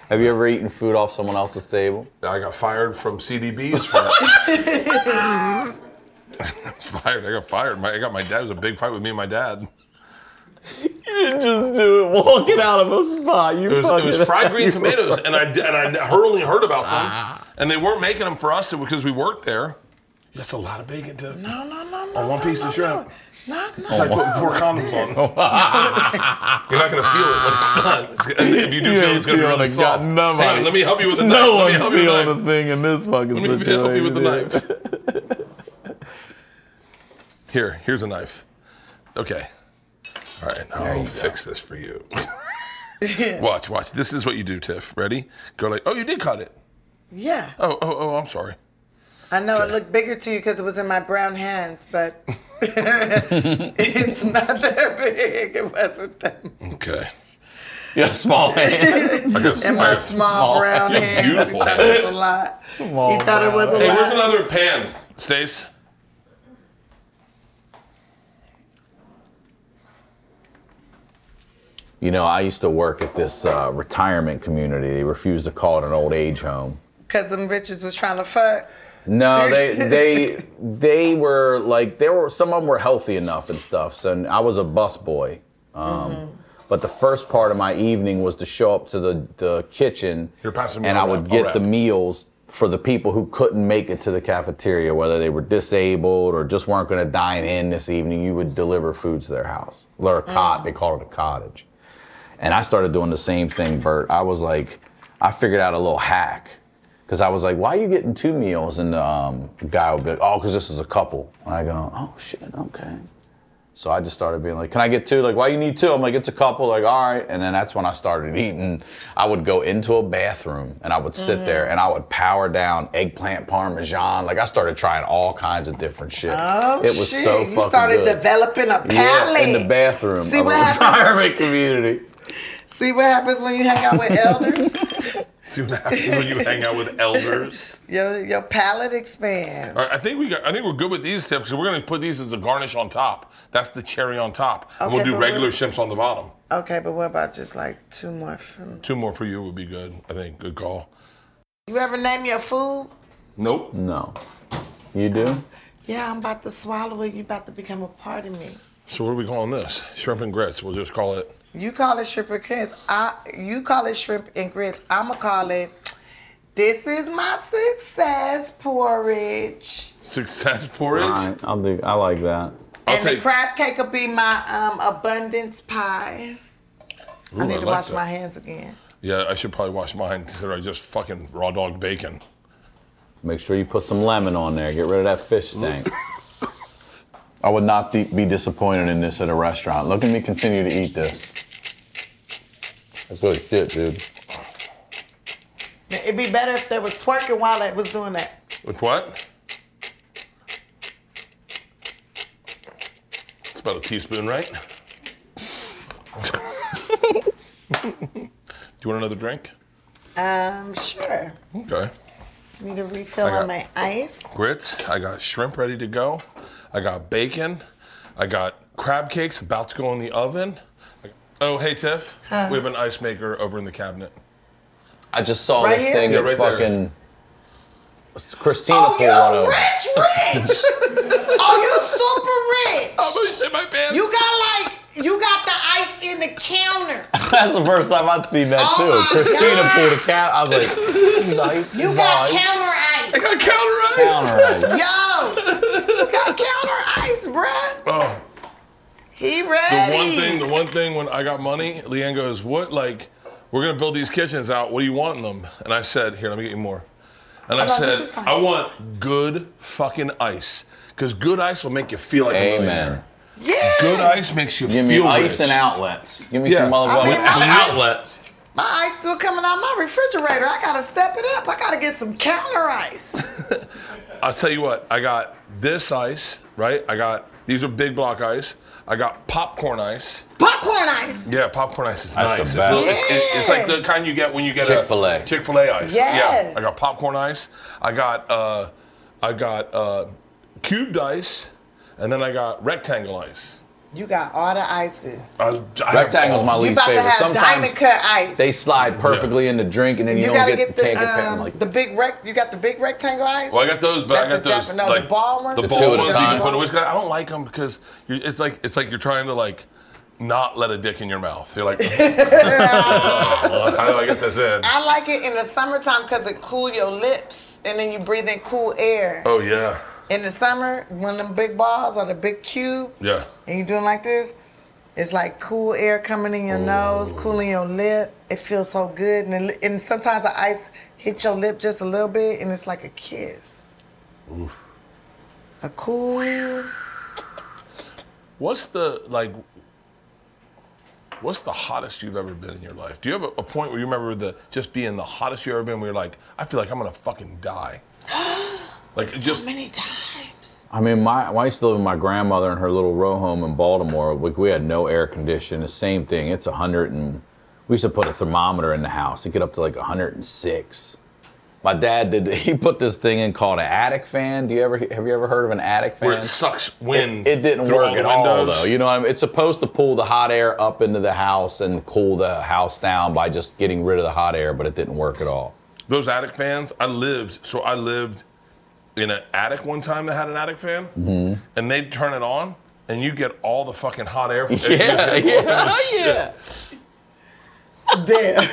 Speaker 1: have you ever eaten food off someone else's table?
Speaker 2: I got fired from CDBs for that. fired. I got fired. My, I got my dad. It was a big fight with me and my dad.
Speaker 1: You just do it walking out of a spot. You
Speaker 2: It was, it was fried green tomatoes, and I d- and I heard only heard about them, and they weren't making them for us because we worked there. That's a lot of bacon to
Speaker 4: No, no, no, no.
Speaker 2: on one
Speaker 4: no,
Speaker 2: piece Oh.
Speaker 4: no,
Speaker 2: of shrimp.
Speaker 4: No, no.
Speaker 2: It's like putting four condoms on. You're not gonna feel it when it's done. It's, and if you do
Speaker 1: You
Speaker 2: feel it,
Speaker 1: ain't
Speaker 2: it's gonna be
Speaker 1: feeling
Speaker 2: really
Speaker 1: a
Speaker 2: soft.
Speaker 1: goddamn nobody.
Speaker 2: Hang on, let me help you with the knife.
Speaker 1: No
Speaker 2: let me
Speaker 1: one's
Speaker 2: help you with the
Speaker 1: feeling
Speaker 2: knife.
Speaker 1: a thing in this fucking
Speaker 2: Let me
Speaker 1: situation.
Speaker 2: help you with the
Speaker 1: dude.
Speaker 2: knife. Here, here's a knife. Okay. All right, now I'll fix this for you. watch, watch. This is what you do, Tiff. Ready? Go like, oh, you did cut it.
Speaker 4: Yeah.
Speaker 2: Oh, oh, oh, I'm sorry.
Speaker 4: I know it looked bigger to you because it was in my brown hands, but it's not that big. It wasn't that
Speaker 2: Okay.
Speaker 1: Yeah, small hand.
Speaker 2: I guess.
Speaker 4: In my small brown hands.
Speaker 2: beautiful
Speaker 4: he thought it was a lot. he thought it was a
Speaker 2: hey, where's
Speaker 4: lot.
Speaker 2: another pan, Stace?
Speaker 1: you know, I used to work at this uh, retirement community. They refused to call it an old age home.
Speaker 4: Because them bitches was trying to fuck.
Speaker 1: No, they they they were like they were some of them were healthy enough and stuff. So and I was a busboy. Um, But the first part of my evening was to show up to the, the kitchen,
Speaker 2: Here, pass me
Speaker 1: and
Speaker 2: a
Speaker 1: I
Speaker 2: wrap,
Speaker 1: would
Speaker 2: a
Speaker 1: get
Speaker 2: wrap.
Speaker 1: the meals for the people who couldn't make it to the cafeteria, whether they were disabled or just weren't going to dine in this evening. You would deliver food to their house, or a cot. They called it a cottage. And I started doing the same thing, Bert. I was like, I figured out a little hack. Cause I was like, why are you getting two meals? And the um, guy would be like, oh, cause this is a couple. And I go, oh shit, okay. So I just started being like, can I get two? Like, why you need two? I'm like, it's a couple. Like, all right. And then that's when I started eating. I would go into a bathroom and I would sit
Speaker 4: Mm-hmm.
Speaker 1: there and I would power down eggplant parmesan. Like I started trying all kinds of different shit.
Speaker 4: Oh,
Speaker 1: it was
Speaker 4: shit.
Speaker 1: so fucking
Speaker 4: you started
Speaker 1: good.
Speaker 4: developing a
Speaker 1: yeah,
Speaker 4: palate.
Speaker 1: in the bathroom
Speaker 4: See
Speaker 1: of
Speaker 4: what
Speaker 1: a
Speaker 4: happens-
Speaker 1: retirement community.
Speaker 4: See what happens when you hang out with elders?
Speaker 2: See what happens when you hang out with elders.
Speaker 4: Your, your palate expands.
Speaker 2: All right, I think we got, I think we're good with these tips because we're gonna put these as a garnish on top. That's the cherry on top, and we'll
Speaker 4: Okay,
Speaker 2: do
Speaker 4: but
Speaker 2: regular
Speaker 4: what-
Speaker 2: shrimps on the bottom.
Speaker 4: Okay, but what about just like two more from.
Speaker 2: Two more for you would be good. I think. Good call.
Speaker 4: You ever name your food?
Speaker 2: Nope.
Speaker 1: No. You do?
Speaker 4: Yeah, I'm about to swallow it. You about to become a part of me.
Speaker 2: So what are we calling this? Shrimp and grits. We'll just call it.
Speaker 4: You call it shrimp and grits. I you call it shrimp and grits. I'ma call it this is my success porridge.
Speaker 2: Success porridge.
Speaker 1: All right, I'll do. I like that.
Speaker 2: I'll
Speaker 4: and the
Speaker 2: take-
Speaker 4: crab cake will be my um, abundance pie.
Speaker 2: Ooh,
Speaker 4: I need to
Speaker 2: like
Speaker 4: wash
Speaker 2: that.
Speaker 4: my hands again.
Speaker 2: Yeah, I should probably wash mine considering I just fucking raw dog bacon.
Speaker 1: Make sure you put some lemon on there. Get rid of that fish stank. I would not th- be disappointed in this at a restaurant. Look at me continue to eat this. That's good shit, dude.
Speaker 4: It'd be better if there was twerking while it was doing that.
Speaker 2: With what? It's about a teaspoon, right? Do you want another drink?
Speaker 4: Um, sure.
Speaker 2: Okay.
Speaker 4: Need a refill
Speaker 2: I got-
Speaker 4: on my ice.
Speaker 2: Grits. I got shrimp ready to go. I got bacon. I got crab cakes about to go in the oven. Oh, hey, Tiff. We have an ice maker over in the cabinet.
Speaker 1: I just saw
Speaker 4: Right
Speaker 1: this
Speaker 4: here?
Speaker 1: thing
Speaker 2: Yeah,
Speaker 1: that
Speaker 2: right there.
Speaker 1: fucking Christina
Speaker 4: Oh,
Speaker 1: pulled one
Speaker 4: you
Speaker 1: over.
Speaker 4: rich, rich. oh, you super rich.
Speaker 2: I'm gonna shit my pants.
Speaker 4: You got like you got the ice in the counter.
Speaker 1: That's the first time I'd seen that
Speaker 4: Oh my
Speaker 1: too. Christina
Speaker 4: God.
Speaker 1: pulled a cat. I was like, this is ice.
Speaker 4: You
Speaker 1: this
Speaker 4: got
Speaker 1: is ice.
Speaker 2: I
Speaker 4: counter ice.
Speaker 2: got counter ice.
Speaker 1: Counter ice.
Speaker 4: Yo, you got counter ice, bruh.
Speaker 2: Oh,
Speaker 4: He
Speaker 2: the
Speaker 4: ready.
Speaker 2: one thing, the one thing when I got money, Leanne goes, "What? Like, we're gonna build these kitchens out. What do you want in them?" And I said, "Here, let me get you more." And I
Speaker 4: no,
Speaker 2: said,
Speaker 4: this is fine.
Speaker 2: "I want good fucking ice, because good ice will make you feel like a
Speaker 1: Amen.
Speaker 2: millionaire.
Speaker 4: yeah.
Speaker 2: Good ice makes you
Speaker 1: Give me
Speaker 2: feel
Speaker 1: ice
Speaker 2: rich.
Speaker 1: and outlets. Give me
Speaker 2: Yeah.
Speaker 1: some
Speaker 4: I mean,
Speaker 1: motherfucking
Speaker 4: my ice-
Speaker 1: outlets.
Speaker 4: My ice still coming out my refrigerator. I gotta step it up. I gotta get some counter ice.
Speaker 2: I'll tell you what. I got this ice, right? I got these are big block ice. I got popcorn ice.
Speaker 4: Popcorn ice.
Speaker 2: Yeah, popcorn ice is
Speaker 1: That's
Speaker 2: nice.
Speaker 1: the
Speaker 2: It's,
Speaker 1: best.
Speaker 2: little- it's- it- it's like the kind you get when you get
Speaker 1: Chick-fil-A.
Speaker 2: Chick Fil A ice.
Speaker 4: Yes.
Speaker 2: Yeah, I got popcorn ice. I got uh, I got uh, cubed ice, and then I got rectangle ice.
Speaker 4: You got all the ices.
Speaker 2: I, I have
Speaker 1: Rectangle's
Speaker 2: all-
Speaker 1: my
Speaker 4: You
Speaker 1: least
Speaker 4: about to
Speaker 1: favorite.
Speaker 4: have
Speaker 1: Sometimes
Speaker 4: diamond cut ice.
Speaker 1: they slide perfectly in the drink, and then you,
Speaker 4: you,
Speaker 1: don't
Speaker 4: gotta
Speaker 1: get,
Speaker 4: get
Speaker 1: the,
Speaker 4: the
Speaker 1: can't get past
Speaker 4: um,
Speaker 1: like
Speaker 4: the big rec. You got the big rectangle ice.
Speaker 2: Well, I got those, but I got
Speaker 4: That's the
Speaker 2: those
Speaker 4: Jap- no, the
Speaker 2: like
Speaker 4: ball ones?
Speaker 2: The
Speaker 4: The
Speaker 2: ball
Speaker 1: two at a
Speaker 2: ones you
Speaker 1: time.
Speaker 2: can put in whiskey. I don't like them because you, it's like it's like you're trying to like not let a dick in your mouth. You're like, how do I get this in?
Speaker 4: I like it in the summertime because it cool your lips and then you breathe in cool air.
Speaker 2: Oh yeah,
Speaker 4: In the summer, when them big balls or the big cube,
Speaker 2: yeah.
Speaker 4: and you doing like this, it's like cool air coming in your nose, cooling your lip. It feels so good, and it, and sometimes the ice hit your lip just a little bit, and it's like a kiss. A cool.
Speaker 2: What's the like? What's the hottest you've ever been in your life? Do you have a, a point where you remember the just being the hottest you ever been? Where you're like, I feel like I'm gonna fucking die. Like
Speaker 4: So
Speaker 2: just
Speaker 4: many times.
Speaker 1: I mean, my when I used to live with my grandmother in her little row home in Baltimore. We, we had no air conditioning. The same thing. It's hundred and we used to put a thermometer in the house. It get up to like hundred and six. My dad did. He put this thing in called an attic fan. Do you ever have you ever heard of an attic fan?
Speaker 2: where it sucks wind.
Speaker 1: It didn't
Speaker 2: through
Speaker 1: work
Speaker 2: all the
Speaker 1: at all,
Speaker 2: windows.
Speaker 1: though. You know what I mean? It's supposed to pull the hot air up into the house and cool the house down by just getting rid of the hot air, but it didn't work at all.
Speaker 2: those attic fans. I lived, so I lived in an attic one time that had an attic fan, and they'd turn it on, and you get all the fucking hot air. From
Speaker 1: Yeah, yeah, yeah.
Speaker 4: Damn.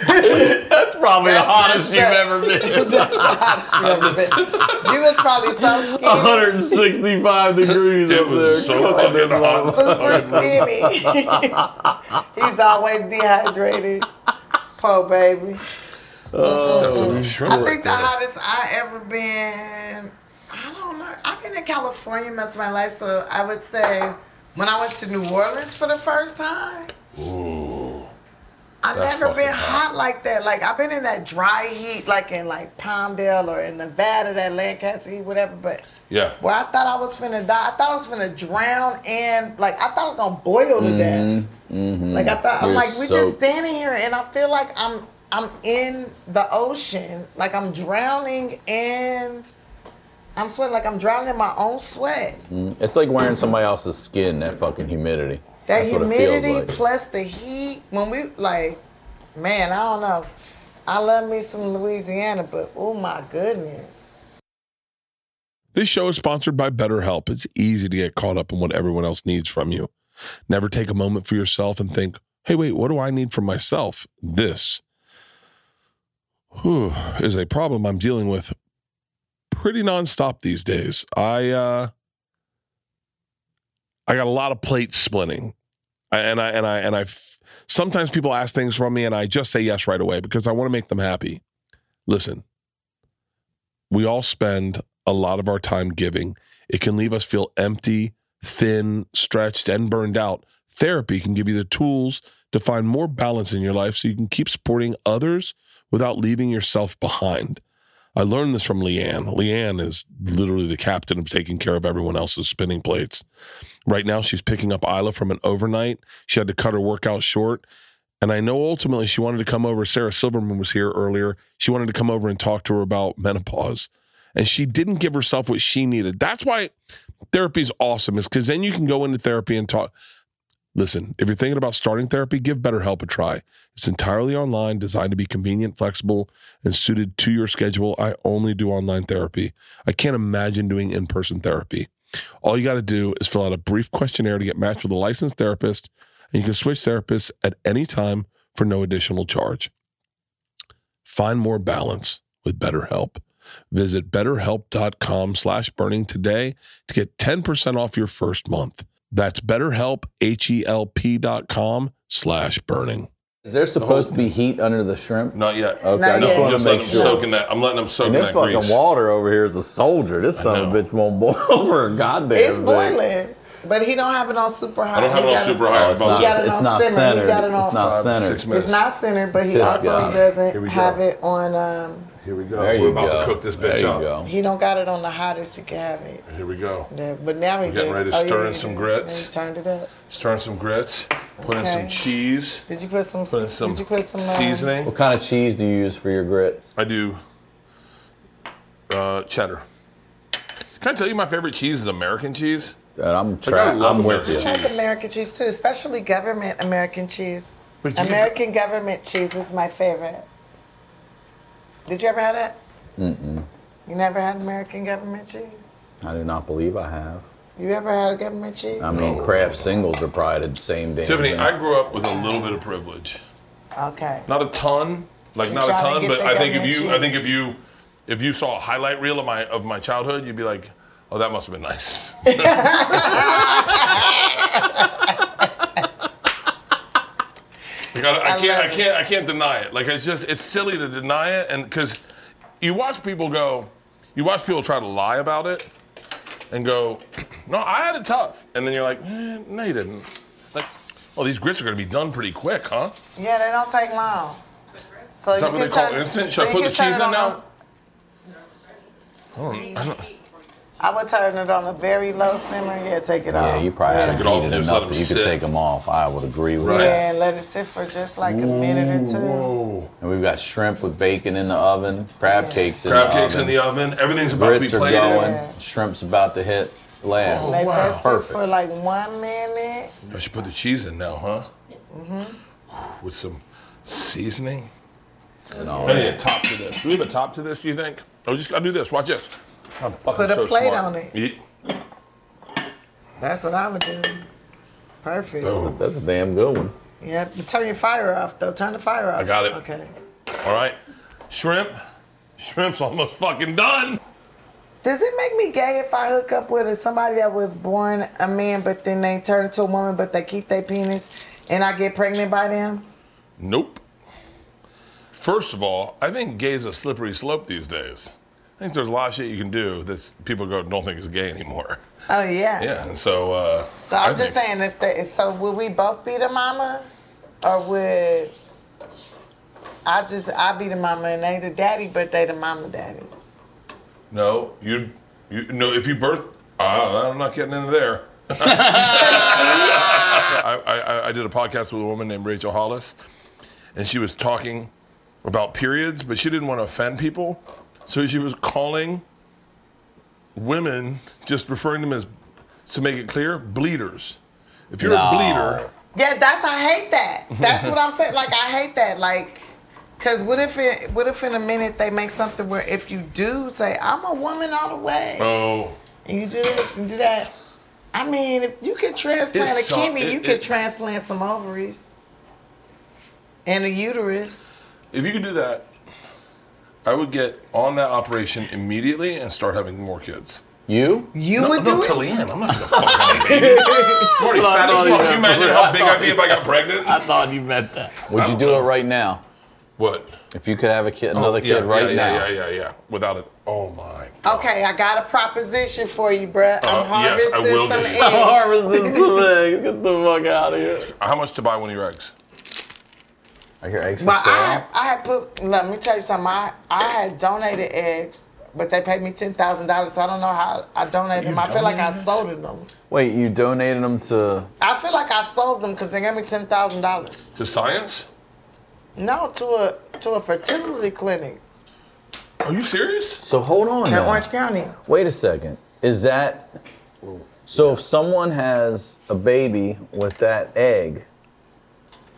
Speaker 1: That's probably the hottest you've ever been.
Speaker 4: That's the hottest you ever been. You was probably so skinny.
Speaker 1: 165 degrees
Speaker 2: It
Speaker 1: up there.
Speaker 2: was so fucking hot.
Speaker 4: Super skinny. He's always dehydrated. Poor baby.
Speaker 2: That's some sugar
Speaker 4: I
Speaker 2: right
Speaker 4: think the
Speaker 2: there.
Speaker 4: hottest I ever been. I don't know. I've been in California most of my life, so I would say when I went to New Orleans for the first time. I've
Speaker 2: that's
Speaker 4: never been
Speaker 2: fucking hot.
Speaker 4: hot. like that. Like I've been in that dry heat, like in like Palmdale or in Nevada, that Lancaster heat, whatever. But
Speaker 2: Yeah.
Speaker 4: where I thought I was finna die, I thought I was finna drown, and like I thought I was gonna boil to death. Like I thought, I'm
Speaker 1: You're
Speaker 4: like we just
Speaker 1: soaked.
Speaker 4: standing here, and I feel like I'm I'm in the ocean, like I'm drowning, and I'm sweating, like I'm drowning in my own sweat.
Speaker 1: It's like wearing somebody else's skin, that fucking humidity.
Speaker 4: That
Speaker 1: That's what it feels
Speaker 4: humidity
Speaker 1: like.
Speaker 4: plus the heat. When we like, man, I don't know. I love me some Louisiana, but oh my goodness.
Speaker 2: This show is sponsored by BetterHelp. It's easy to get caught up in what everyone else needs from you. Never take a moment for yourself and think, hey, wait, what do I need from myself? This whew, is a problem I'm dealing with pretty nonstop these days. I uh I got a lot of plate splitting. I- And I and I and I f- sometimes people ask things from me and I just say yes right away because I want to make them happy. Listen, we all spend a lot of our time giving. It can leave us feel empty, thin, stretched, and burned out. Therapy can give you the tools to find more balance in your life so you can keep supporting others without leaving yourself behind. I learned this from Leanne. Leanne is literally the captain of taking care of everyone else's spinning plates. Right now, she's picking up Isla from an overnight. She had to cut her workout short. And I know ultimately she wanted to come over. Sarah Silverman was here earlier. She wanted to come over and talk to her about menopause. And she didn't give herself what she needed. That's why therapy is awesome, is because then you can go into therapy and talk. Listen, if you're thinking about starting therapy, give BetterHelp a try. It's entirely online, designed to be convenient, flexible, and suited to your schedule. I only do online therapy. I can't imagine doing in person therapy. All you got to do is fill out a brief questionnaire to get matched with a licensed therapist, and you can switch therapists at any time for no additional charge. Find more balance with BetterHelp. Visit betterhelp.com slash burning today to get 10% off your first month. That's betterhelp, H-E-L-P dot com slash burning.
Speaker 1: Is there supposed to be heat under the shrimp?
Speaker 2: Not yet.
Speaker 1: Okay,
Speaker 4: Not
Speaker 1: I just
Speaker 4: yet.
Speaker 1: want
Speaker 2: Just
Speaker 1: to
Speaker 2: let
Speaker 1: make
Speaker 2: them
Speaker 1: sure.
Speaker 2: soak in that. I'm letting them soak
Speaker 1: and
Speaker 2: in
Speaker 1: this
Speaker 2: that
Speaker 1: fucking
Speaker 2: grease.
Speaker 1: water over here is a soldier. This son of a
Speaker 2: know.
Speaker 1: bitch won't boil over a goddamn
Speaker 4: It's
Speaker 1: thing.
Speaker 4: boiling. But he don't have it on super high.
Speaker 2: I don't have
Speaker 4: He
Speaker 2: it on
Speaker 4: got
Speaker 2: super
Speaker 1: Oh,
Speaker 2: high.
Speaker 1: it's not,
Speaker 4: got it
Speaker 1: it's
Speaker 4: on
Speaker 1: not
Speaker 4: simmer. He
Speaker 1: centered.
Speaker 4: got it on
Speaker 1: It's not
Speaker 2: five, six
Speaker 1: centered.
Speaker 2: minutes.
Speaker 4: It's not centered, but he
Speaker 1: Tis
Speaker 4: also
Speaker 1: God.
Speaker 4: doesn't
Speaker 2: we go.
Speaker 4: have it on um
Speaker 2: Here we go.
Speaker 1: There
Speaker 2: We're
Speaker 1: you
Speaker 2: about
Speaker 1: go.
Speaker 2: to cook this bitch
Speaker 1: there you
Speaker 2: up.
Speaker 1: go.
Speaker 4: He don't got it on the hottest he can have it.
Speaker 2: Here we go.
Speaker 4: Yeah, But now he
Speaker 2: We're getting
Speaker 4: did. Oh,
Speaker 2: ready to
Speaker 4: yeah,
Speaker 2: stir in
Speaker 4: he
Speaker 2: some
Speaker 4: did.
Speaker 2: grits.
Speaker 4: He turned it up.
Speaker 2: Stirring some grits. Put in some
Speaker 4: Okay.
Speaker 2: cheese.
Speaker 4: Did you put some?
Speaker 2: Put in some,
Speaker 4: did you put some um,
Speaker 2: seasoning.
Speaker 1: What kind of cheese do you use for your grits?
Speaker 2: I do uh, cheddar. Can I tell you my favorite cheese is American cheese?
Speaker 1: Dude, I'm trapped.
Speaker 2: love
Speaker 1: I'm with
Speaker 2: American
Speaker 1: you.
Speaker 2: cheese.
Speaker 4: I like American cheese too, especially government American cheese.
Speaker 2: But you-
Speaker 4: American government cheese is my favorite. Did you ever have that? Mm-mm. You never had American government cheese?
Speaker 1: I do not believe I have.
Speaker 4: You ever had a government cheese?
Speaker 1: I mean,
Speaker 2: No.
Speaker 1: craft singles are probably the same damn
Speaker 2: Tiffany,
Speaker 1: thing.
Speaker 2: I grew up with a little bit of privilege.
Speaker 4: okay.
Speaker 2: Not a ton, like
Speaker 4: You're
Speaker 2: not a
Speaker 4: trying
Speaker 2: ton,
Speaker 4: to get
Speaker 2: but
Speaker 4: the
Speaker 2: I think if
Speaker 4: government
Speaker 2: you, I think
Speaker 4: cheese.
Speaker 2: if you, if you saw a highlight reel of my of my childhood, you'd be like, oh, that must have been nice. Like, I, I
Speaker 4: I
Speaker 2: can't, I
Speaker 4: love it.
Speaker 2: can't, I can't deny it. Like it's just, it's silly to deny it, and because you watch people go, you watch people try to lie about it, and go, no, I had it tough, and then you're like, eh, no, you didn't. Like, oh, these grits are gonna be done pretty quick, huh?
Speaker 4: Yeah, they don't take long. So
Speaker 2: Is that
Speaker 4: you
Speaker 2: what they
Speaker 4: can
Speaker 2: call
Speaker 4: turn,
Speaker 2: instant?
Speaker 4: so
Speaker 2: Should I
Speaker 4: you
Speaker 2: put
Speaker 4: can
Speaker 2: the
Speaker 4: turn
Speaker 2: cheese
Speaker 4: it
Speaker 2: in
Speaker 4: on a-
Speaker 2: now?
Speaker 4: I would turn it on a very low simmer. Yeah, take it
Speaker 1: yeah,
Speaker 4: off.
Speaker 1: you probably
Speaker 2: Take it off
Speaker 1: haven't heated
Speaker 2: and just let
Speaker 1: enough
Speaker 2: them
Speaker 1: that you could
Speaker 2: sit.
Speaker 1: take them off. I would agree with
Speaker 2: Right.
Speaker 1: that.
Speaker 4: Yeah, and let it sit for just like a minute or two.
Speaker 2: Whoa.
Speaker 1: And we've got shrimp with bacon in the oven, crab cakes in
Speaker 2: Crab
Speaker 1: the
Speaker 2: cakes
Speaker 1: oven.
Speaker 2: in the oven. Everything's about
Speaker 1: Grits
Speaker 2: to
Speaker 1: are
Speaker 2: be
Speaker 1: going.
Speaker 2: plated.
Speaker 4: Yeah.
Speaker 1: Shrimp's about to hit last.
Speaker 2: Oh,
Speaker 4: Let
Speaker 2: Wow.
Speaker 4: that sit for
Speaker 1: Perfect.
Speaker 4: like one minute.
Speaker 2: I should put the cheese in now, huh? Mm-hmm. With some seasoning.
Speaker 1: and all
Speaker 2: I
Speaker 1: that.
Speaker 2: need a top to this. Do we have a top to this? Do you think? Oh, just gotta do this. Watch this. I'm fucking
Speaker 4: Put a
Speaker 2: so
Speaker 4: plate
Speaker 2: smart.
Speaker 4: on it.
Speaker 2: Ye-
Speaker 4: That's what I would do. Perfect.
Speaker 2: Boom.
Speaker 1: That's a damn good one.
Speaker 4: Yeah, but turn your fire off though. Turn the fire off.
Speaker 2: I got it.
Speaker 4: Okay.
Speaker 2: All right, shrimp. Shrimp's almost fucking done.
Speaker 4: Does it make me gay if I hook up with a- somebody that was born a man but then they turn into a woman but they keep their penis and I get pregnant by them?
Speaker 2: Nope. First of all, I think gay's a slippery slope these days. I think there's a lot of shit you can do that people go don't think is gay anymore.
Speaker 4: Oh yeah.
Speaker 2: Yeah, and so. Uh,
Speaker 4: So I'm
Speaker 2: I
Speaker 4: just
Speaker 2: think-
Speaker 4: saying if they so would we both be the mama or would I just I be the mama and they the daddy but they the mama daddy.
Speaker 2: No, you, you no. If you birth, uh, I'm not getting into there. I, I, I did a podcast with a woman named Rachel Hollis, and she was talking about periods, but she didn't want to offend people, so she was calling women, just referring to them as, to make it clear, bleeders. If you're
Speaker 1: No.
Speaker 2: a bleeder,
Speaker 4: Yeah, that's I hate that. That's what I'm saying. Like I hate that. Like, cause what if it, what if in a minute they make something where if you do say I'm a woman all the way
Speaker 2: oh,
Speaker 4: and you do this and do that, I mean if you could transplant
Speaker 2: It's
Speaker 4: a
Speaker 2: so-
Speaker 4: kidney,
Speaker 2: it-
Speaker 4: you
Speaker 2: it-
Speaker 4: could transplant some ovaries and a uterus.
Speaker 2: if you could do that, I would get on that operation immediately and start having more kids.
Speaker 1: You?
Speaker 4: You
Speaker 2: No,
Speaker 4: would
Speaker 2: no,
Speaker 4: do
Speaker 2: till
Speaker 4: it.
Speaker 2: the end. I'm not gonna fuck out baby. I'm already fat as fuck. Can you imagine how big I'd be if I got pregnant?
Speaker 6: I thought you meant that.
Speaker 1: Would you do it right now?
Speaker 2: What?
Speaker 1: If you could have a kid, another
Speaker 2: Oh, yeah,
Speaker 1: kid right
Speaker 2: yeah,
Speaker 1: now.
Speaker 2: Yeah, yeah, yeah, yeah. Without it. Oh my. God.
Speaker 4: Okay, I got a proposition for you, bruh. I'm
Speaker 2: Uh, yes, I
Speaker 4: harvesting
Speaker 2: will
Speaker 4: some
Speaker 2: be.
Speaker 4: eggs.
Speaker 6: Harvesting some eggs. Get the fuck out of here.
Speaker 2: How much to buy one of your eggs?
Speaker 1: Are your eggs for
Speaker 4: Well,
Speaker 1: sale?
Speaker 4: I had, I had put. Let me tell you something. I, I had donated eggs, but they paid me ten thousand dollars. So I don't know how I donated them. I feel like I sold them.
Speaker 1: Wait, you donated them to?
Speaker 4: I feel like I sold them because they gave me ten thousand dollars.
Speaker 2: To science?
Speaker 4: No, to a to a fertility clinic
Speaker 2: Are you serious?
Speaker 1: So hold on.
Speaker 4: in
Speaker 1: now.
Speaker 4: Orange County.
Speaker 1: Wait a second. Is that? So if someone has a baby with that egg,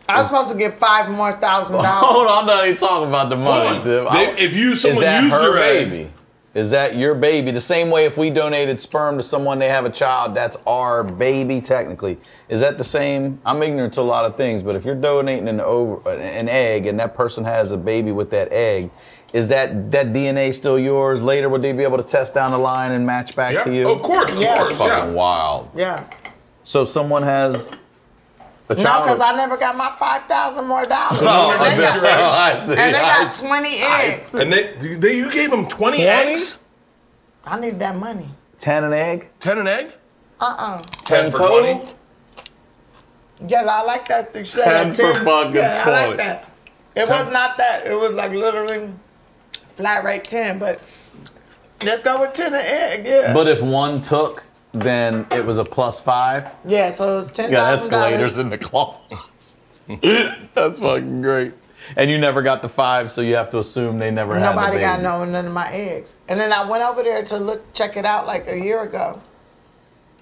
Speaker 4: I was
Speaker 2: Oh.
Speaker 4: supposed to get five more thousand
Speaker 6: Hold
Speaker 4: dollars.
Speaker 6: on, I'm not even talking about the money,
Speaker 2: Hold
Speaker 6: Tim.
Speaker 2: on.
Speaker 6: I-
Speaker 2: They- if you
Speaker 1: is
Speaker 2: someone
Speaker 1: that
Speaker 2: used
Speaker 1: her
Speaker 2: your egg,
Speaker 1: baby? Is that your baby? The same way if we donated sperm to someone, they have a child. That's our baby, technically. Is that the same? I'm ignorant to a lot of things, but if you're donating an over an egg and that person has a baby with that egg, is that that DNA still yours? Later, would they be able to test down the line and match back
Speaker 2: yeah,
Speaker 1: to you?
Speaker 2: of course, of
Speaker 4: Yeah.
Speaker 2: course,
Speaker 1: That's fucking
Speaker 2: yeah.
Speaker 1: wild.
Speaker 4: Yeah.
Speaker 1: So someone has a
Speaker 4: No,
Speaker 1: child.
Speaker 4: because I never got my five thousand more dollars.
Speaker 2: Oh,
Speaker 4: and, they
Speaker 2: I bet you're
Speaker 4: got,
Speaker 2: right.
Speaker 1: I see,
Speaker 4: and they
Speaker 1: I
Speaker 4: got twenty eggs.
Speaker 2: And they, they, you gave them 20,
Speaker 1: 20?
Speaker 2: eggs?
Speaker 4: I need that money.
Speaker 1: 10 an egg?
Speaker 2: 10 an egg?
Speaker 4: Uh uh
Speaker 1: 10
Speaker 2: for
Speaker 1: total?
Speaker 2: 20?
Speaker 4: Yeah, I like that. Thing. She had
Speaker 6: Ten
Speaker 4: a
Speaker 6: for fucking
Speaker 4: yeah, I like
Speaker 6: 20.
Speaker 4: that. It was not that. It was like literally flat rate 10, but let's go with 10 an egg, yeah.
Speaker 1: But if one took, then it was a plus five.
Speaker 4: yeah, so it's $10,000.
Speaker 6: Got escalators in the claws. That's fucking great.
Speaker 1: And you never got the five, so you have to assume they never had
Speaker 4: Nobody
Speaker 1: the
Speaker 4: got
Speaker 1: baby.
Speaker 4: no none of my eggs. And then I went over there to look, check it out like a year ago.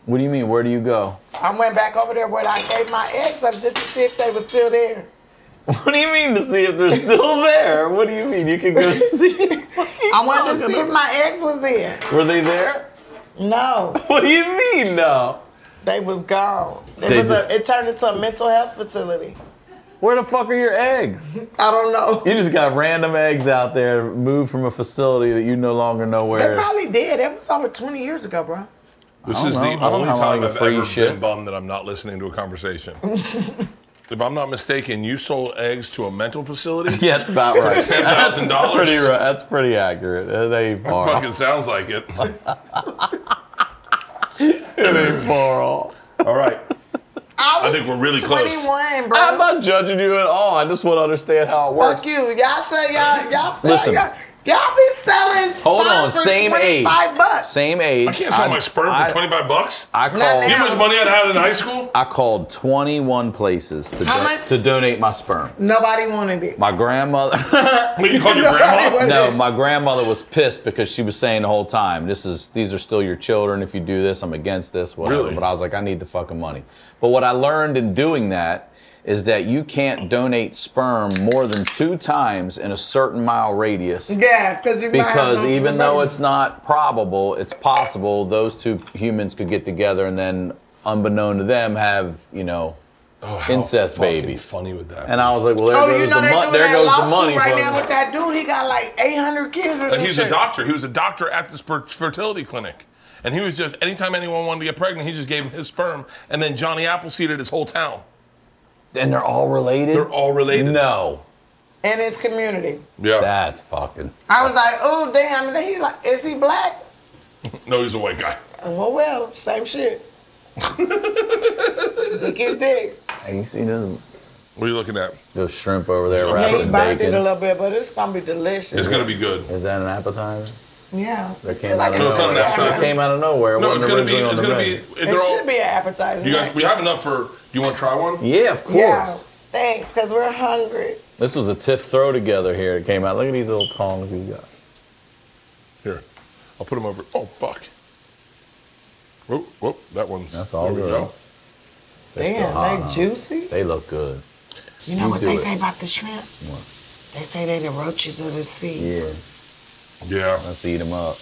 Speaker 1: What do you mean? Where do you go?
Speaker 4: I went back over there where I gave my eggs up just to see if they were still there.
Speaker 1: What do you mean to see if they're still there? What do you mean? You can go see.
Speaker 4: I wanted to see if my eggs was there.
Speaker 1: Were they there?
Speaker 4: No,
Speaker 1: What do you mean no?
Speaker 4: they was gone. It
Speaker 1: They
Speaker 4: was
Speaker 1: just-
Speaker 4: a, it turned into a mental health facility.
Speaker 1: Where the fuck are your eggs?
Speaker 4: I don't know.
Speaker 1: You just got random eggs out there moved from a facility that you no longer know
Speaker 4: They
Speaker 1: where.
Speaker 4: probably did. That was over 20 years ago, bro.
Speaker 2: This
Speaker 1: don't
Speaker 2: is
Speaker 1: know. I
Speaker 2: the
Speaker 1: don't know
Speaker 2: only
Speaker 1: how long
Speaker 2: time
Speaker 1: the
Speaker 2: I've
Speaker 1: free
Speaker 2: ever
Speaker 1: shit-
Speaker 2: been bummed that I'm not listening to a conversation. if I'm not mistaken, you sold eggs to a mental facility.
Speaker 1: Yeah, that's about right.
Speaker 2: $10,000.
Speaker 1: That's pretty right. That's pretty accurate. Uh, They far
Speaker 2: Fucking
Speaker 1: off.
Speaker 2: sounds like it.
Speaker 1: They far off.
Speaker 2: All right.
Speaker 4: I, was
Speaker 2: think we're really close.
Speaker 4: 21, bro.
Speaker 1: I'm not judging you at all. I just want to understand how it works.
Speaker 4: Fuck you. Y'all say y'all y'all say
Speaker 1: Listen.
Speaker 4: y'all, y'all be selling
Speaker 1: Hold
Speaker 4: five
Speaker 1: on,
Speaker 4: for
Speaker 1: same age.
Speaker 4: 25 bucks.
Speaker 1: Same age.
Speaker 2: I can't sell my sperm
Speaker 1: I-
Speaker 2: for 25 bucks.
Speaker 1: I
Speaker 4: now.
Speaker 2: You know how
Speaker 1: called.
Speaker 2: much money I'd had in high school?
Speaker 1: I called 21 places to,
Speaker 4: How
Speaker 1: do-
Speaker 4: much?
Speaker 1: to donate my sperm.
Speaker 4: Nobody wanted it.
Speaker 1: My grandmother.
Speaker 2: What, you called your grandma?
Speaker 1: No, my grandmother was pissed because she was saying the whole time, "This is these are still your children. If you do this, I'm against this." Whatever.
Speaker 2: Really?
Speaker 1: But I was like, I need the fucking money. But what I learned in doing that is that you can't donate sperm more than two times in a certain mile radius.
Speaker 4: Yeah, because you might have
Speaker 1: Because
Speaker 4: no-
Speaker 1: even though it's not probable, it's possible those two humans could get together and then, unbeknown to them, have you know
Speaker 2: Oh,
Speaker 1: incest
Speaker 2: how fucking
Speaker 1: babies.
Speaker 2: Funny with that.
Speaker 1: And I was like, well, there
Speaker 4: Oh,
Speaker 1: goes
Speaker 4: you know
Speaker 1: the
Speaker 4: they're
Speaker 1: money.
Speaker 4: doing
Speaker 1: There
Speaker 4: that
Speaker 1: goes the
Speaker 4: lawsuit
Speaker 1: money.
Speaker 4: right
Speaker 1: from-
Speaker 4: now with that dude. He got like 800 kids or
Speaker 2: But
Speaker 4: something.
Speaker 2: Uh, he's a doctor. He was a doctor at this fer- fertility clinic. And he was just, anytime anyone wanted to get pregnant, he just gave him his sperm. And then Johnny Appleseeded his whole town.
Speaker 1: and they're all related.
Speaker 2: They're all related.
Speaker 1: No,
Speaker 4: In his community.
Speaker 2: Yeah.
Speaker 1: that's fucking.
Speaker 4: I was like, oh, damn. And then he like, is he black?
Speaker 2: No, he's a white guy.
Speaker 4: And well, well, same shit. Dick is dick.
Speaker 1: Hey, you see those,
Speaker 2: What are you looking at?
Speaker 1: those shrimp over there
Speaker 2: Shrimp.
Speaker 1: wrapped
Speaker 4: Yeah, he
Speaker 1: in
Speaker 4: burnt it a
Speaker 1: bacon?
Speaker 4: little bit, but it's going to be
Speaker 2: It's
Speaker 4: delicious.
Speaker 2: going to be good.
Speaker 1: Is that an appetizer?
Speaker 4: Yeah.
Speaker 1: That came
Speaker 4: Like
Speaker 1: out of
Speaker 4: it's
Speaker 2: No, it's
Speaker 1: nowhere.
Speaker 2: not an
Speaker 4: gonna be
Speaker 2: appetizer.
Speaker 1: It came out of nowhere. It
Speaker 2: No,
Speaker 1: wasn't
Speaker 2: it's going to be,
Speaker 1: originally
Speaker 2: it's
Speaker 1: on
Speaker 2: going to
Speaker 1: the
Speaker 2: be,
Speaker 4: It
Speaker 2: they're all,
Speaker 4: should be an appetizer.
Speaker 2: you guys,
Speaker 4: right?
Speaker 2: we have enough for, you want to try one?
Speaker 1: menu. Yeah, of course.
Speaker 4: Yeah. Thanks, because we're hungry.
Speaker 1: This was a tiff throw together here. It came out. Look at these little tongs you got.
Speaker 2: Here, I'll put them over. Oh, fuck. Whoop, whoop, that one's.
Speaker 1: That's all
Speaker 2: there we
Speaker 1: good.
Speaker 2: go.
Speaker 1: They're still hot,
Speaker 4: Damn, they
Speaker 1: huh?
Speaker 4: juicy.
Speaker 1: They look good.
Speaker 4: You know
Speaker 1: You
Speaker 4: what
Speaker 1: do
Speaker 4: they
Speaker 1: it.
Speaker 4: say about the shrimp?
Speaker 1: What?
Speaker 4: They say they the roaches of the sea.
Speaker 1: Yeah,
Speaker 2: Yeah.
Speaker 1: let's eat them up.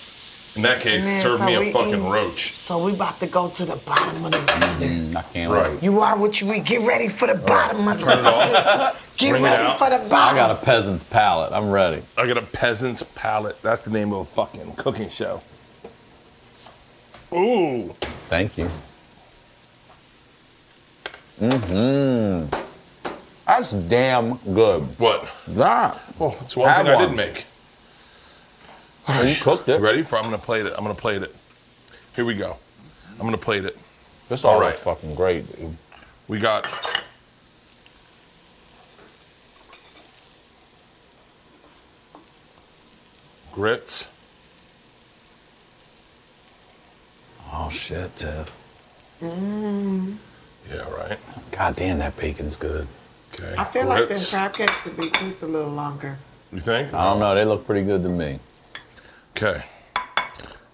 Speaker 2: In that case,
Speaker 4: Man,
Speaker 2: serve
Speaker 4: so
Speaker 2: me a
Speaker 4: we
Speaker 2: fucking
Speaker 4: eat.
Speaker 2: roach.
Speaker 4: So we about to go to the bottom of the mother.
Speaker 1: Mm, I can't
Speaker 2: Right.
Speaker 1: wait.
Speaker 4: You are what you eat. Get ready for the bottom of the mother. Get
Speaker 2: Bring it
Speaker 4: ready
Speaker 2: out.
Speaker 4: for the
Speaker 1: I
Speaker 4: bottom.
Speaker 1: got a peasant's palate. I'm ready.
Speaker 2: I got a peasant's palate. That's the name of a fucking cooking show. Ooh.
Speaker 1: Thank you. Mm-hmm. That's damn good.
Speaker 2: What?
Speaker 1: That.
Speaker 2: Well, it's one
Speaker 1: Oh, Have
Speaker 2: thing I
Speaker 1: one.
Speaker 2: did make.
Speaker 1: Well, you cooked it.
Speaker 2: You ready for? I'm gonna plate it. I'm gonna plate it. Here we go. I'm gonna plate it.
Speaker 1: This all
Speaker 2: All right.
Speaker 1: looks fucking great, dude.
Speaker 2: We got. Grits.
Speaker 1: Oh shit, Tiff.
Speaker 2: Yeah, right.
Speaker 1: God damn, that bacon's good.
Speaker 2: Okay.
Speaker 4: I feel like them
Speaker 2: grits.
Speaker 4: crab cakes could be cooked a little longer.
Speaker 2: You think?
Speaker 1: I don't know. They look pretty good to me.
Speaker 2: Okay.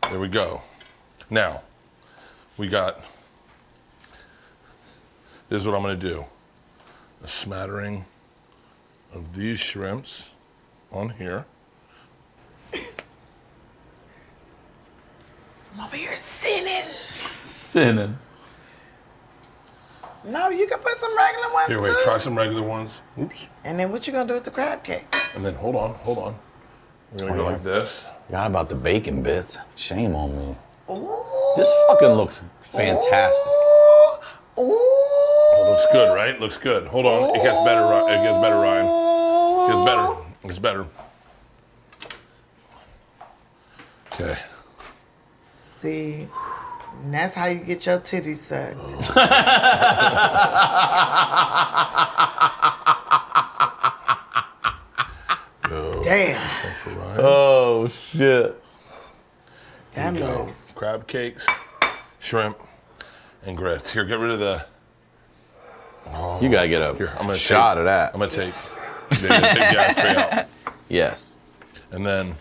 Speaker 2: There we go. Now, we got. This is what I'm going to do a smattering of these shrimps on here.
Speaker 4: I'm over here sinning.
Speaker 1: Sinning.
Speaker 4: No, you can put some regular ones
Speaker 2: Here,
Speaker 4: too.
Speaker 2: wait, try some regular ones. Oops.
Speaker 4: And then what you gonna do with the crab cake?
Speaker 2: And then hold on, hold on. We're going to
Speaker 1: Oh,
Speaker 2: go
Speaker 1: yeah.
Speaker 2: like this.
Speaker 1: Forgot about the bacon bits. Shame on me.
Speaker 4: Ooh.
Speaker 1: This fucking looks fantastic.
Speaker 4: Ooh. Ooh.
Speaker 2: Looks good, right? Looks good. Hold on. It gets better, Ri- it gets better, Ryan. It gets better. It's better. Okay.
Speaker 4: See, and that's how you get your titties sucked. Damn.
Speaker 2: for Ryan.
Speaker 1: Oh shit.
Speaker 4: That means
Speaker 2: crab cakes, shrimp, and grits. Here, get rid of the.
Speaker 1: You gotta get a
Speaker 2: Here, I'm gonna
Speaker 1: shot
Speaker 2: take,
Speaker 1: of that.
Speaker 2: I'm gonna take. they're gonna take the ice cream out,
Speaker 1: yes.
Speaker 2: and then,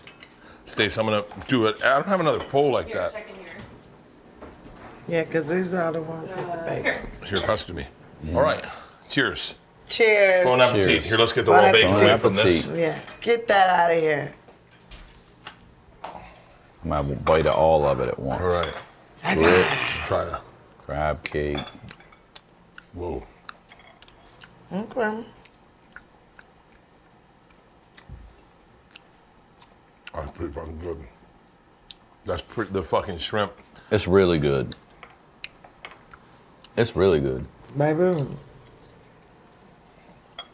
Speaker 2: Stace, I'm gonna do it. I don't have another bowl like
Speaker 5: Here,
Speaker 2: that.
Speaker 5: check in here.
Speaker 4: yeah, because these are the ones with the bacon.
Speaker 5: Here.
Speaker 2: Here, pass it to me. All right, cheers.
Speaker 4: Cheers.
Speaker 2: Bon appetit.
Speaker 1: Cheers.
Speaker 2: Here, let's get the
Speaker 4: Bon
Speaker 2: raw bacon
Speaker 4: appetit.
Speaker 2: away from this.
Speaker 1: Bon
Speaker 4: Yeah, get that out of here.
Speaker 1: I'm gonna bite of all of it at once.
Speaker 2: All right,
Speaker 4: That's
Speaker 1: Grits,
Speaker 2: try that.
Speaker 1: crab cake.
Speaker 2: Whoa.
Speaker 4: Okay.
Speaker 2: That's pretty fucking good. That's pretty, the fucking shrimp.
Speaker 1: It's really good. It's really good.
Speaker 4: Baby.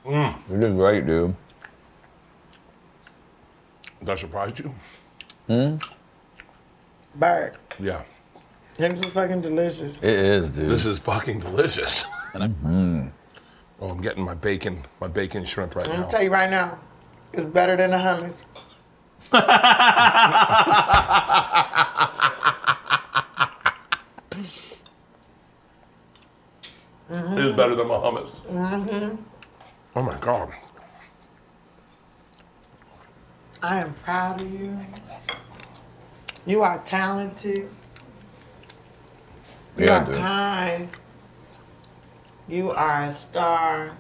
Speaker 1: You did great, dude.
Speaker 2: That surprised you?
Speaker 4: Bert.
Speaker 2: Yeah.
Speaker 4: Things are fucking delicious.
Speaker 1: It is, dude.
Speaker 2: This is fucking delicious.
Speaker 1: hmm.
Speaker 2: Oh, I'm getting my bacon, my bacon shrimp right
Speaker 4: I'm
Speaker 2: now.
Speaker 4: gonna tell you right now, it's better than the hummus.
Speaker 2: It is better than my hummus. Oh my god.
Speaker 4: I am proud of you. You are talented. You
Speaker 1: yeah,
Speaker 4: are
Speaker 1: dude.
Speaker 4: kind. You are a star.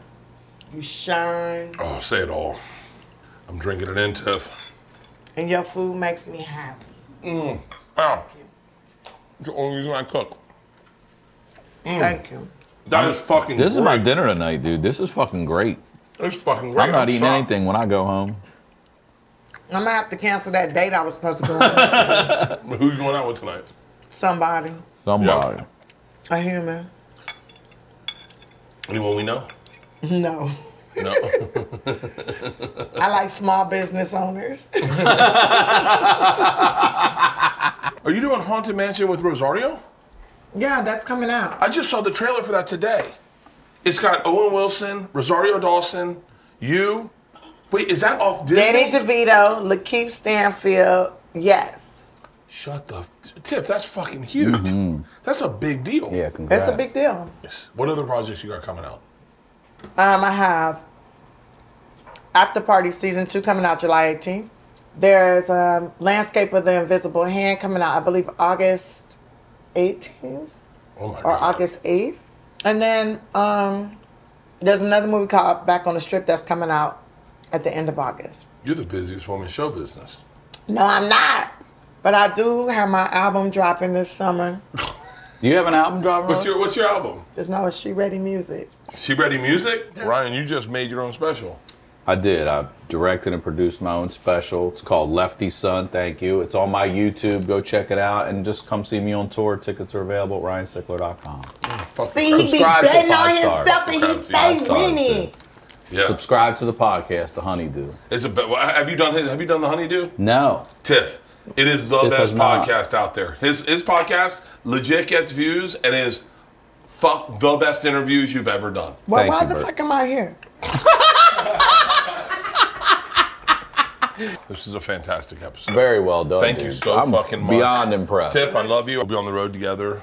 Speaker 4: You shine.
Speaker 2: Oh, say it all. I'm drinking it in, Tiff.
Speaker 4: And your food makes me happy.
Speaker 2: Mm. Wow. It's the only reason I cook.
Speaker 4: Thank you.
Speaker 2: That is fucking
Speaker 1: This is my
Speaker 2: great.
Speaker 1: dinner tonight, dude. This is fucking great.
Speaker 2: It's fucking great.
Speaker 1: I'm not eating
Speaker 2: shocked.
Speaker 1: anything when I go home.
Speaker 4: I'm gonna have to cancel that date I was supposed to go on.
Speaker 2: Who you going out with tonight?
Speaker 4: Somebody,
Speaker 1: Somebody.
Speaker 4: a human.
Speaker 2: Anyone we know?
Speaker 4: No.
Speaker 2: No.
Speaker 4: I like small business owners.
Speaker 2: Are you doing Haunted Mansion with Rosario?
Speaker 4: yeah, that's coming out.
Speaker 2: I just saw the trailer for that today. It's got Owen Wilson, Rosario Dawson, you. Wait, is that off Disney?
Speaker 4: Danny DeVito, Lakeith Stanfield. Yes.
Speaker 2: Shut the f- Tiff. That's fucking huge.
Speaker 4: Mm-hmm.
Speaker 2: That's a big deal.
Speaker 1: Yeah, congrats.
Speaker 4: It's a big deal.
Speaker 2: Yes. What other projects you got coming out?
Speaker 4: Um, I have After Party Season 2 coming out July 18th. There's um, Landscape of the Invisible Hand coming out, I believe, August 18th
Speaker 2: Oh my
Speaker 4: or
Speaker 2: god.
Speaker 4: August 8th. And then um, there's another movie called Back on the Strip that's coming out at the end of August.
Speaker 2: You're the busiest woman in show business.
Speaker 4: No, I'm not. But I do have my album dropping this summer.
Speaker 1: Do you have an album drop?
Speaker 2: What's
Speaker 1: Rob?
Speaker 2: your What's your album?
Speaker 4: There's no She Ready Music.
Speaker 2: She Ready Music? Ryan, you just made your own special.
Speaker 1: I did. I directed and produced my own special. It's called Lefty Son. Thank you. It's on my YouTube. Go check it out and just come see me on tour. Tickets are available at ryansickler.com.
Speaker 2: Fuck
Speaker 4: See, he be
Speaker 1: Subscribe to
Speaker 4: betting on
Speaker 1: Five Star.
Speaker 4: himself and he
Speaker 2: Subscribe
Speaker 1: to
Speaker 4: stay
Speaker 1: Five Star,
Speaker 4: winning.
Speaker 1: too.
Speaker 2: yeah.
Speaker 1: Subscribe to the podcast, The Honeydew.
Speaker 2: It's a. be- Have you done his, Have you done the Honeydew?
Speaker 1: No.
Speaker 2: Tiff. It is the
Speaker 1: Tiff has
Speaker 2: best
Speaker 1: not.
Speaker 2: podcast out there. His His podcast legit gets views and is fuck the best interviews you've ever done.
Speaker 4: Well,
Speaker 1: Thank
Speaker 4: why
Speaker 1: you,
Speaker 4: the
Speaker 1: Bert.
Speaker 4: fuck am I here?
Speaker 2: This is a fantastic episode.
Speaker 1: Very well done.
Speaker 2: Thank you
Speaker 1: dude.
Speaker 2: so
Speaker 1: I'm
Speaker 2: fucking much.
Speaker 1: Beyond impressed.
Speaker 2: Tiff, I love you. We'll be on the road together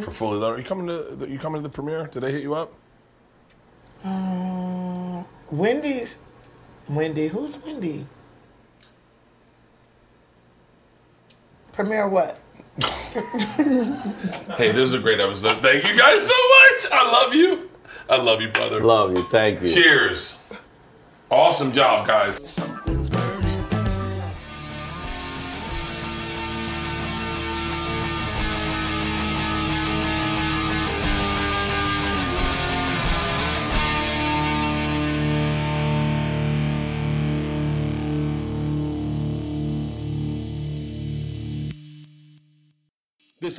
Speaker 2: for fully loaded. Are you coming to the, you coming to the premiere? Did they hit you up?
Speaker 4: Wendy's. Wendy, who's Wendy? Premiere what?
Speaker 2: Hey, this is a great episode. Thank you guys so much. I love you. I love you, brother.
Speaker 1: Love you. Thank you.
Speaker 2: Cheers. Awesome job, guys.
Speaker 3: Something's burning.
Speaker 7: This